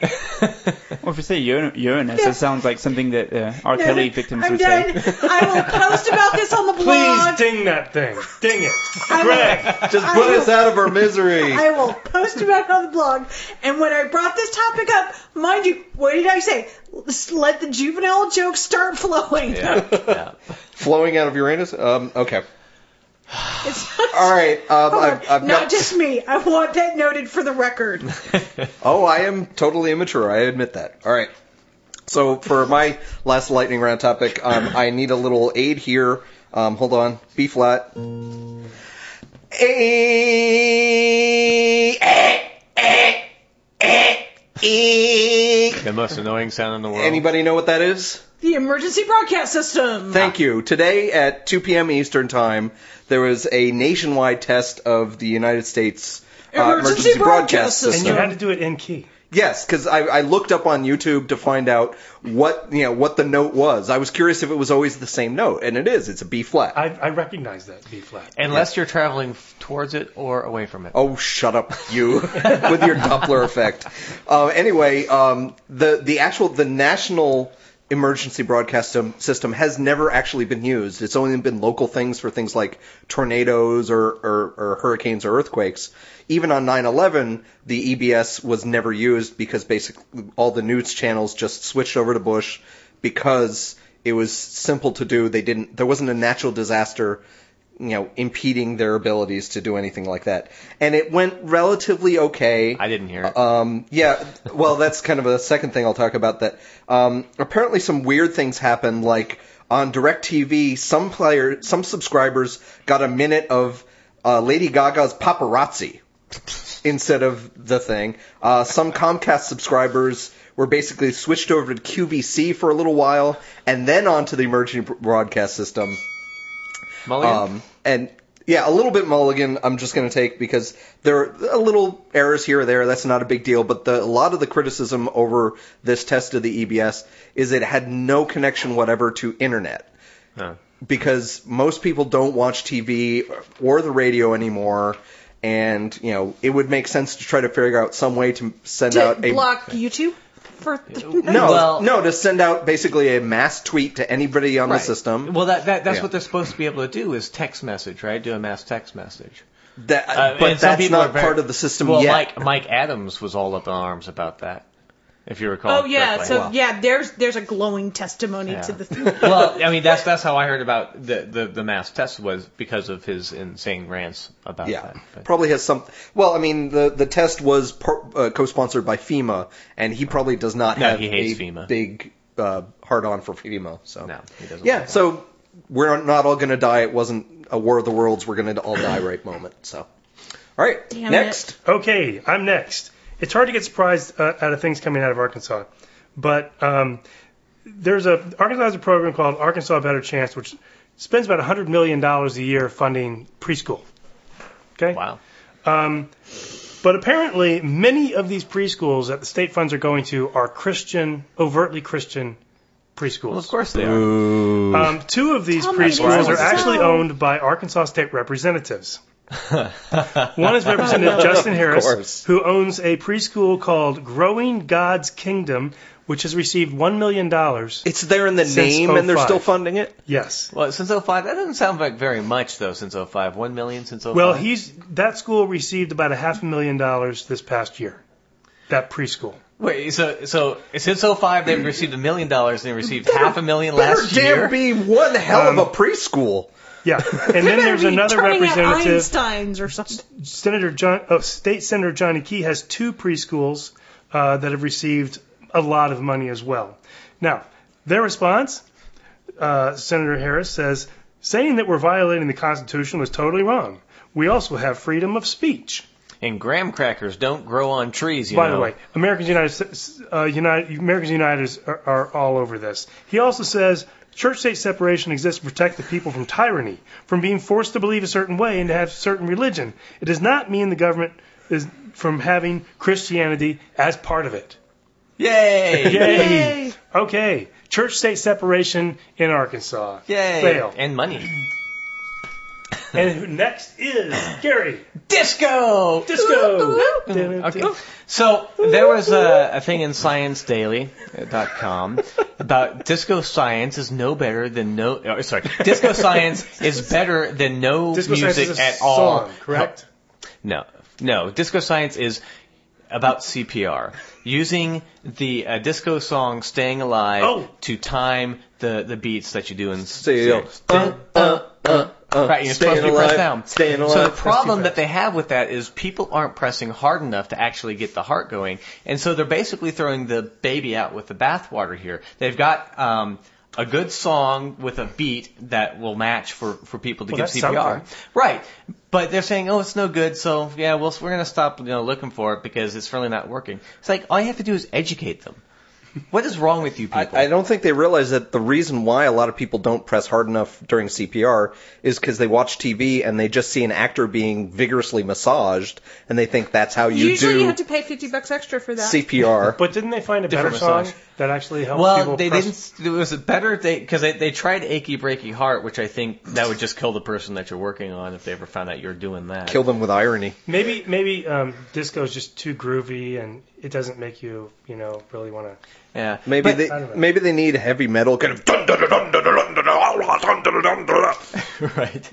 Well, if you say Ur- Uranus, it sounds like something that uh, R. Kelly victims
I'm
would
done.
say.
I will post about this on the
Please
blog.
ding that thing. Ding it.
will-
Greg.
Just put
I-
us out of our misery.
I will post about it on the blog. And when I brought this topic up, mind you, what did I say? Let's Let the juvenile jokes start flowing.
Yeah, yeah.
Flowing out of Uranus? Um, okay.
It's
All right. Um,
Hold on.
I've, I've
not
got,
just me. I want that noted for the record.
Oh, I am totally immature. I admit that. All right. So for my last lightning round topic, um, I need a little aid here. Um, hold on. B flat. A. eh, eh, eh, eh.
The most annoying sound in the world.
Anybody know what that is?
The emergency broadcast system.
Thank you. Today at 2 p.m. Eastern Time, there was a nationwide test of the United States uh,
Emergency
emergency broadcast
broadcast
system.
And you had to do it in key.
Yes, because I, I looked up on YouTube to find out what you know what the note was. I was curious if it was always the same note, and it is. It's a B flat.
I, I recognize that B flat.
Unless you're traveling f- towards it or away from it.
Oh, shut up, you, with your Doppler effect. Uh, anyway, um, the the actual the national emergency broadcast um, system has never actually been used. It's only been local things for things like tornadoes or, or, or hurricanes or earthquakes. Even on 9/11, the EBS was never used because basically all the news channels just switched over to Bush because it was simple to do. They didn't. There wasn't a natural disaster you know, impeding their abilities to do anything like that. And it went relatively okay.
I didn't hear it.
Um, yeah, well, that's kind of a second thing I'll talk about. That um, apparently some weird things happened, like on Directv, some player, some subscribers got a minute of uh, Lady Gaga's paparazzi instead of the thing. Uh, some Comcast subscribers were basically switched over to QVC for a little while, and then onto the emergency broadcast system.
Mulligan?
Um, and yeah, a little bit mulligan I'm just going to take because there are a little errors here or there. That's not a big deal. But the, a lot of the criticism over this test of the EBS is it had no connection whatever to internet
Huh.
because most people don't watch TV or the radio anymore. And you know, it would make sense to try to figure out some way to send
To
out a
block YouTube for.
no,
Well-
no, to send out basically a mass tweet to anybody on
Right.
the system.
Well, that, that that's
Yeah.
what they're supposed to be able to do is text message, right? Do a mass text message.
That,
Uh,
but
and some
that's
people
not
are very-
part of the system
Well,
yet.
Mike Mike Adams was all up in arms about that, if you recall.
Oh yeah,
correctly.
so yeah, there's there's a glowing testimony
Yeah.
to the.
well, I mean that's that's how I heard about the, the the mass test was because of his insane rants about
Yeah,
that. But-
probably has some. Well, I mean, the the test was par, uh, co-sponsored by FEMA, and he probably does not
No,
have
he hates
a
FEMA.
big uh, hard on for FEMA. So
no, he doesn't.
yeah,
like that.
so we're not all going to die. It wasn't a War of the Worlds. We're going to all die right moment. So all right,
Damn
next.
Okay, I'm next. It's hard to get surprised uh, out of things coming out of Arkansas, but um, there's a Arkansas has a program called Arkansas Better Chance, which spends about 100 million dollars a year funding preschool. Okay.
wow.
But apparently, many of these preschools that the state funds are going to are Christian, overtly Christian preschools.
Well, of course they are.
Um, two of these
Tell me this
preschools are
is
actually
so.
owned by Arkansas state representatives. One is Representative Justin Harris,
course.
who owns a preschool called Growing God's Kingdom, which has received $1 million.
It's there in the
Since
name, and they're
05.
still funding it.
Yes.
Well, since 05, that doesn't sound like very much though. Since 05, one million since 05.
Well, he's that school received about a half a million dollars this past year. That preschool.
wait. So so since 05, they've received a million dollars and they received half a million last
there
year.
damn be one hell
Um,
of a preschool.
Yeah. And then there's another
turning At
representative.
Einstein's or something.
Senator John, oh, State Senator Johnny Key has two preschools uh, that have received a lot of money as well. Now, their response, uh, Senator Harris says, saying that we're violating the Constitution was totally wrong. We also have freedom of speech.
And graham crackers don't grow on trees. You
By
know.
the way, Americans United, uh, United Americans United is, are, are all over this. He also says church-state separation exists to protect the people from tyranny, from being forced to believe a certain way and to have certain religion. It does not mean the government is from having Christianity as part of it.
Yay!
Yay! Okay, church-state separation in Arkansas.
Yay!
Fail.
And money.
and who next is Gary
Disco.
Disco.
Okay. So there was a, a thing in ScienceDaily.com about disco science is no better than no. Or sorry, disco science is better than no
Disco Science
music
is a
at all.
song, correct?
No, no. Disco science is about CPR, using the uh, disco song "Staying Alive"
Oh.
to time the, the beats that you do in.
So you go,
songs.
uh, uh, uh, uh,
Right, you're
staying
supposed to be
alive,
pressed down.
Staying alive.
So the problem that they have with that is people aren't pressing hard enough to actually get the heart going, and so they're basically throwing the baby out with the bathwater here. They've got um, a good song with a beat that will match for, for people to
Well,
give
that's
CPR.
something.
Right, but they're saying, oh, it's no good, so yeah, we'll, we're going to stop you know looking for it because it's really not working. It's like all you have to do is educate them. What is wrong with you people?
I, I don't think they realize that the reason why a lot of people don't press hard enough during CPR is because they watch TV and they just see an actor being vigorously massaged and they think that's how you
Usually
do
you have to pay 50 bucks extra for that.
CPR.
But didn't they find a better
Different
song
massage.
that actually helped
Well,
people?
they
press-
didn't. It was better if they because they, they tried achy breaky heart, which I think that would just kill the person that you're working on if they ever found out you're doing that.
Kill them with irony.
Maybe maybe um, disco is just too groovy and it doesn't make you you know really want to.
yeah,
Maybe
But-
I don't
they
know.
maybe they need heavy metal kind of dun dun dun dun dun dun dun dun dun dun dun.
right.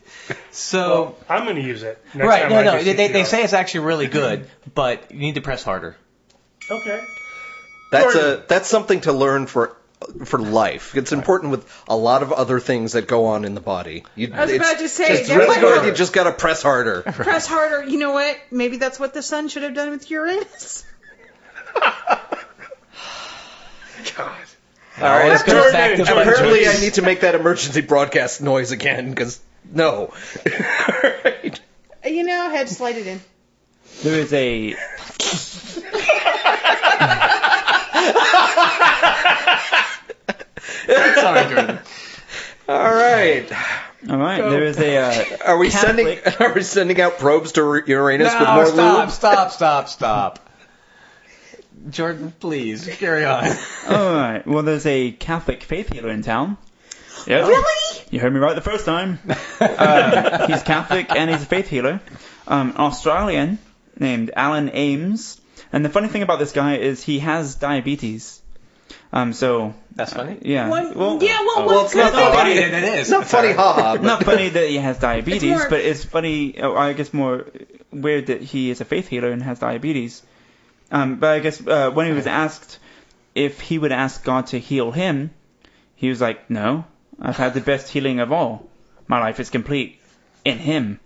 So
Well, I'm going to use it. Next
right,
time
no,
I
no,
do
they, they they
CPR.
say it's actually really good, but you need to press harder.
okay.
That's
Jordan.
a that's something to learn for for life. It's important with a lot of other things that go on in the body. You,
I was
it's-
about to say,
it's
they're
really
like-
good. You just gotta press harder.
press harder. You know what? Maybe that's what the sun should have done with Uranus.
All right,
This goes back to
Jordan,
budget.
Apparently, I need to make that emergency broadcast noise again because no. Alright.
You know, I had to slide it in.
There is a
Sorry, Jordan.
All right.
All right.
there is a uh,
Are we sending are we sending out probes to Uranus with
No,
more
stop,
lube?
stop, stop, stop. Jordan, please carry on.
Oh.
All right. Well, there's a Catholic faith healer in town. Yeah.
Really?
You heard me right the first time. um, he's Catholic and he's a faith healer. Um, Australian named Alan Ames. And the funny thing about this guy is he has diabetes. Um, so
That's funny.
yeah.
One,
Uh, well,
yeah,
uh,
well,
well,
one's
it's not
gonna think
Funny
it-
that it is.
It's not funny, haha. But
not funny that he has diabetes,
It's more-
but it's funny. oh, I guess more weird that he is a faith healer and has diabetes. Um, but I guess uh, when he was asked if he would ask God to heal him, he was like, "No, I've had the best healing of all. My life is complete in Him.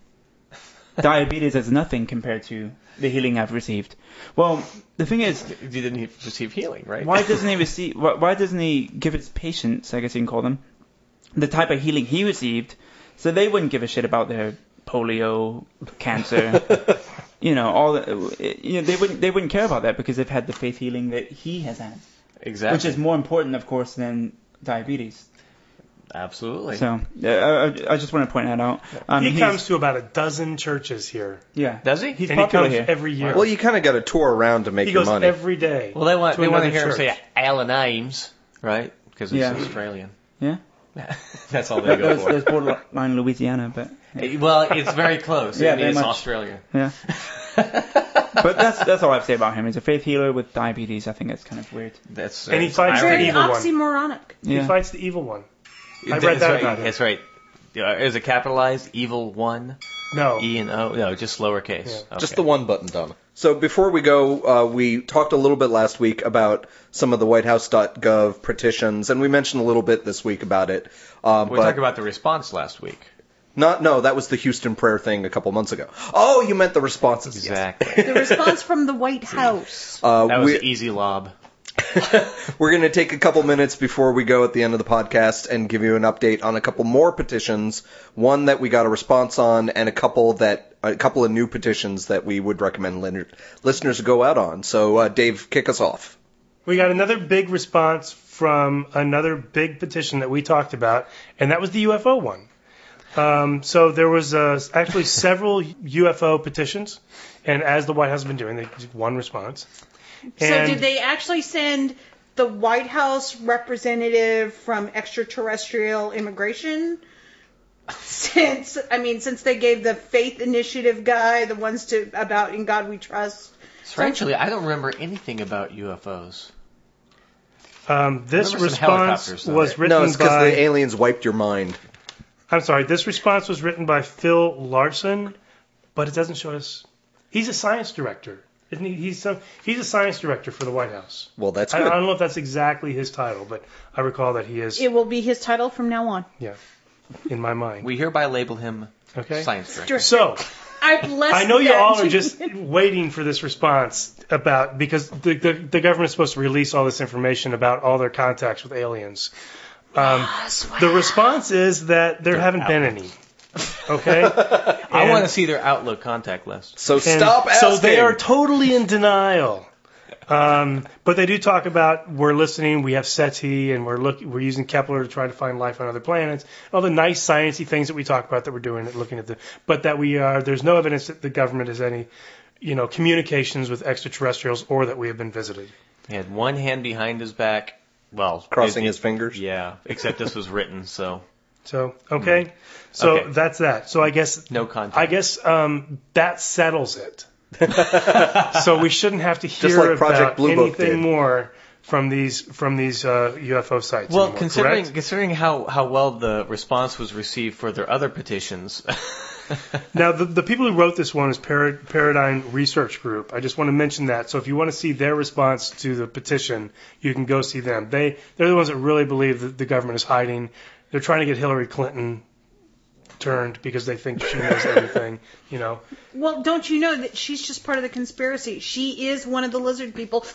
diabetes is nothing compared to the healing I've received." Well, the thing is,
You didn't he- receive healing, right?
why doesn't he receive? Why, why doesn't he give his patients, I guess you can call them, the type of healing he received, so they wouldn't give a shit about their polio, cancer, you know, all the, you know, they wouldn't they wouldn't care about that because they've had the faith healing that he has had,
exactly?
which is more important, of course, than diabetes.
absolutely.
So uh, I, I just want to point that out. Um,
he
he's-
comes to about a dozen churches here,
yeah.
Does he?
He's
and he
popular
comes
here.
every year.
well, you kind of got to tour around to make
he
your
goes
money.
every day.
Well, they want
to
they want to
another
hear him
church.
say Alan Ames, right? Because he's
Yeah.
Australian.
Yeah.
That's all they go
There's,
for.
there's borderline Louisiana, but
Eh, well, it's very close.
Yeah,
I mean,
very
it's
much.
Australia.
yeah. But that's that's all I have to say about him. He's a faith healer with diabetes. I think that's kind of weird.
That's uh,
And he finds
Very
evil one.
oxymoronic.
He
Yeah.
fights the evil one. I
That's
read that
right.
about him.
That's right. Yeah, Is it capitalized? Evil one,
No,
E and O. No, just lowercase.
Yeah.
Okay.
Just the one button, Donna. So before we go, uh, we talked a little bit last week about some of the WhiteHouse.gov petitions, and we mentioned a little bit this week about it. Um,
We
but
talked about the response last week.
not no, that was the Houston prayer thing a couple months ago. Oh, you meant the responses. yes.
Exactly.
The response from the White House.
Uh,
That was
we-
an easy lob.
We're going to take a couple minutes before we go at the end of the podcast and give you an update on a couple more petitions, one that we got a response on and a couple that a couple of new petitions that we would recommend lin- listeners go out on. So uh, Dave, kick us off.
We got another big response from another big petition that we talked about, and that was the UFO one. Um, so there was uh, actually several UFO petitions, and as the White House has been doing, they did one response.
so
And
did they actually send the White House representative from extraterrestrial immigration since I mean since they gave the Faith Initiative guy the ones to about In God We Trust.
Strangely, I don't remember anything about UFOs.
Um, this
Remember some
response
helicopters, though.
was written
No, it's because
by.
the aliens wiped your mind.
I'm sorry. This response was written by Phil Larson, but it doesn't show us. He's a science director, isn't he? He's some, he's a science director for the White House.
Well, that's
I,
good.
I don't know if that's exactly his title, but I recall that he is
It will be his title from now on.
in my mind.
We hereby label him
Okay.
science director.
Direct-
So
I bless.
I know you
that.
all are just waiting for this response about because the, the the government's supposed to release all this information about all their contacts with aliens. Um, the response is that there haven't been any. Okay.
I
And-
want to see their Outlook contact list.
So
And
stop asking.
So they are totally in denial. Um, but they do talk about we're listening, we have SETI, and we're look, we're using Kepler to try to find life on other planets. All the nice sciencey things that we talk about that we're doing, at looking at the, but that we are there's no evidence that the government has any, you know, communications with extraterrestrials or that we have been visited.
He had one hand behind his back. Well,
crossing
it-
his fingers.
Yeah, except this was written, so
So okay, so
Hmm. Okay.
that's that. So I guess
no contact.
I guess um, that settles it. so we shouldn't have to hear
Just like Project
about
Blue Book
anything
did.
more from these from these uh, UFO sites.
Well,
anymore,
considering
correct?
considering how, how well the response was received for their other petitions,
now the, the people who wrote this one is Parad- Paradigm Research Group. I just want to mention that. So if you want to see their response to the petition, you can go see them. They they're the ones that really believe that the government is hiding. They're trying to get Hillary Clinton turned because they think she knows everything. You know.
Well, don't you know that she's just part of the conspiracy? She is one of the lizard people.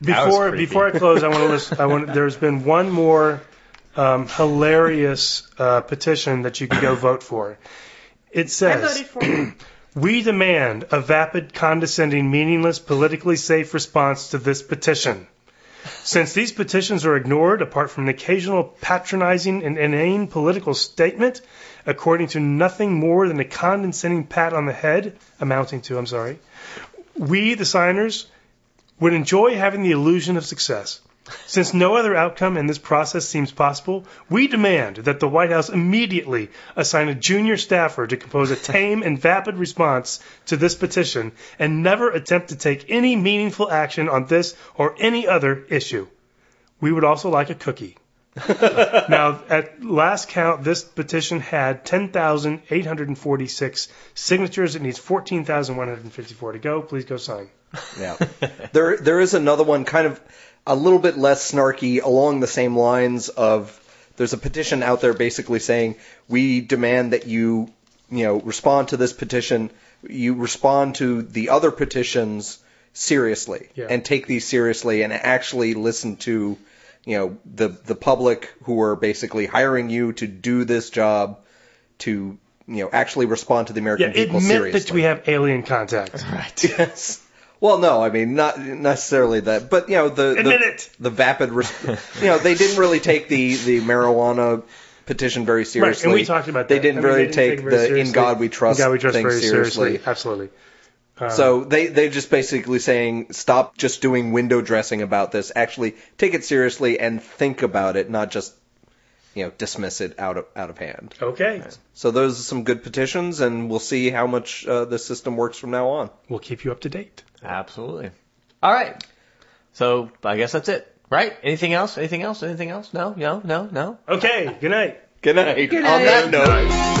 was
before
creepy.
before I close, I want to list. I want. There's been one more um, hilarious uh, petition that you can go vote for. It
I
says.
voted for her.
We demand a vapid, condescending, meaningless, politically safe response to this petition. Since these petitions are ignored, apart from an occasional patronizing and inane political statement, according to nothing more than a condescending pat on the head, amounting to, I'm sorry, we, the signers, would enjoy having the illusion of success. Since no other outcome in this process seems possible, we demand that the White House immediately assign a junior staffer to compose a tame and vapid response to this petition and never attempt to take any meaningful action on this or any other issue. We would also like a cookie. now, at last count, this petition had 10,846 signatures. It needs 14,154 to go. Please go sign.
Yeah. there there is another one kind of a little bit less snarky along the same lines of there's a petition out there basically saying we demand that you you know respond to this petition you respond to the other petitions seriously
Yeah.
and take these seriously and actually listen to you know the the public who are basically hiring you to do this job to you know actually respond to the
Yeah,
American people
admit
seriously.
that we have alien contact.
Yes. Well, no, I mean not necessarily that, but you know the
Admit
the,
it.
the vapid, res- you know, they didn't really take the the marijuana petition very seriously.
Right, and we talked about
they
that.
didn't
I mean,
really
didn't
take,
it very
the in
seriously.
God we trust,
In God we trust
thing
very seriously.
seriously.
Absolutely. Um,
So they they're just basically saying stop just doing window dressing about this. Actually, take it seriously and think about it, not just you know dismiss it out of out of hand.
okay,
So those are some good petitions, and we'll see how much uh, the system works from now on.
we'll keep you up to date.
absolutely. All right. So I guess that's it, right? Anything else? Anything else? Anything else? No, no, no, no.
Okay. Good night.
Good night.
Good
On that
night.
note.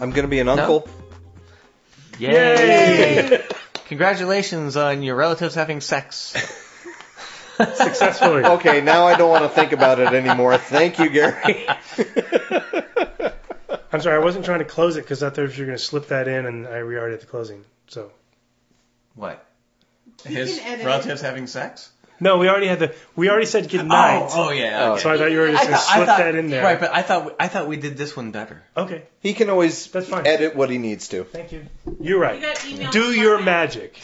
I'm gonna be an uncle.
Yay! Congratulations on your relatives having sex.
Successfully.
Okay, now I don't want to think about it anymore. Thank you, Gary.
I'm sorry, I wasn't trying to close it because I thought you were going to slip that in, and I we already at the closing. So
What? His
can edit it.
relatives having sex?
no, we already had the we already said good night.
Oh, oh yeah. okay.
So I thought you were just
I
going to
thought- I
slip
thought-
that in there.
Right, but I thought I thought we did this one better.
okay,
He can always
That's fine.
edit what he needs to.
thank you. You're
You
right.
got email
Do
from
your
my-
magic.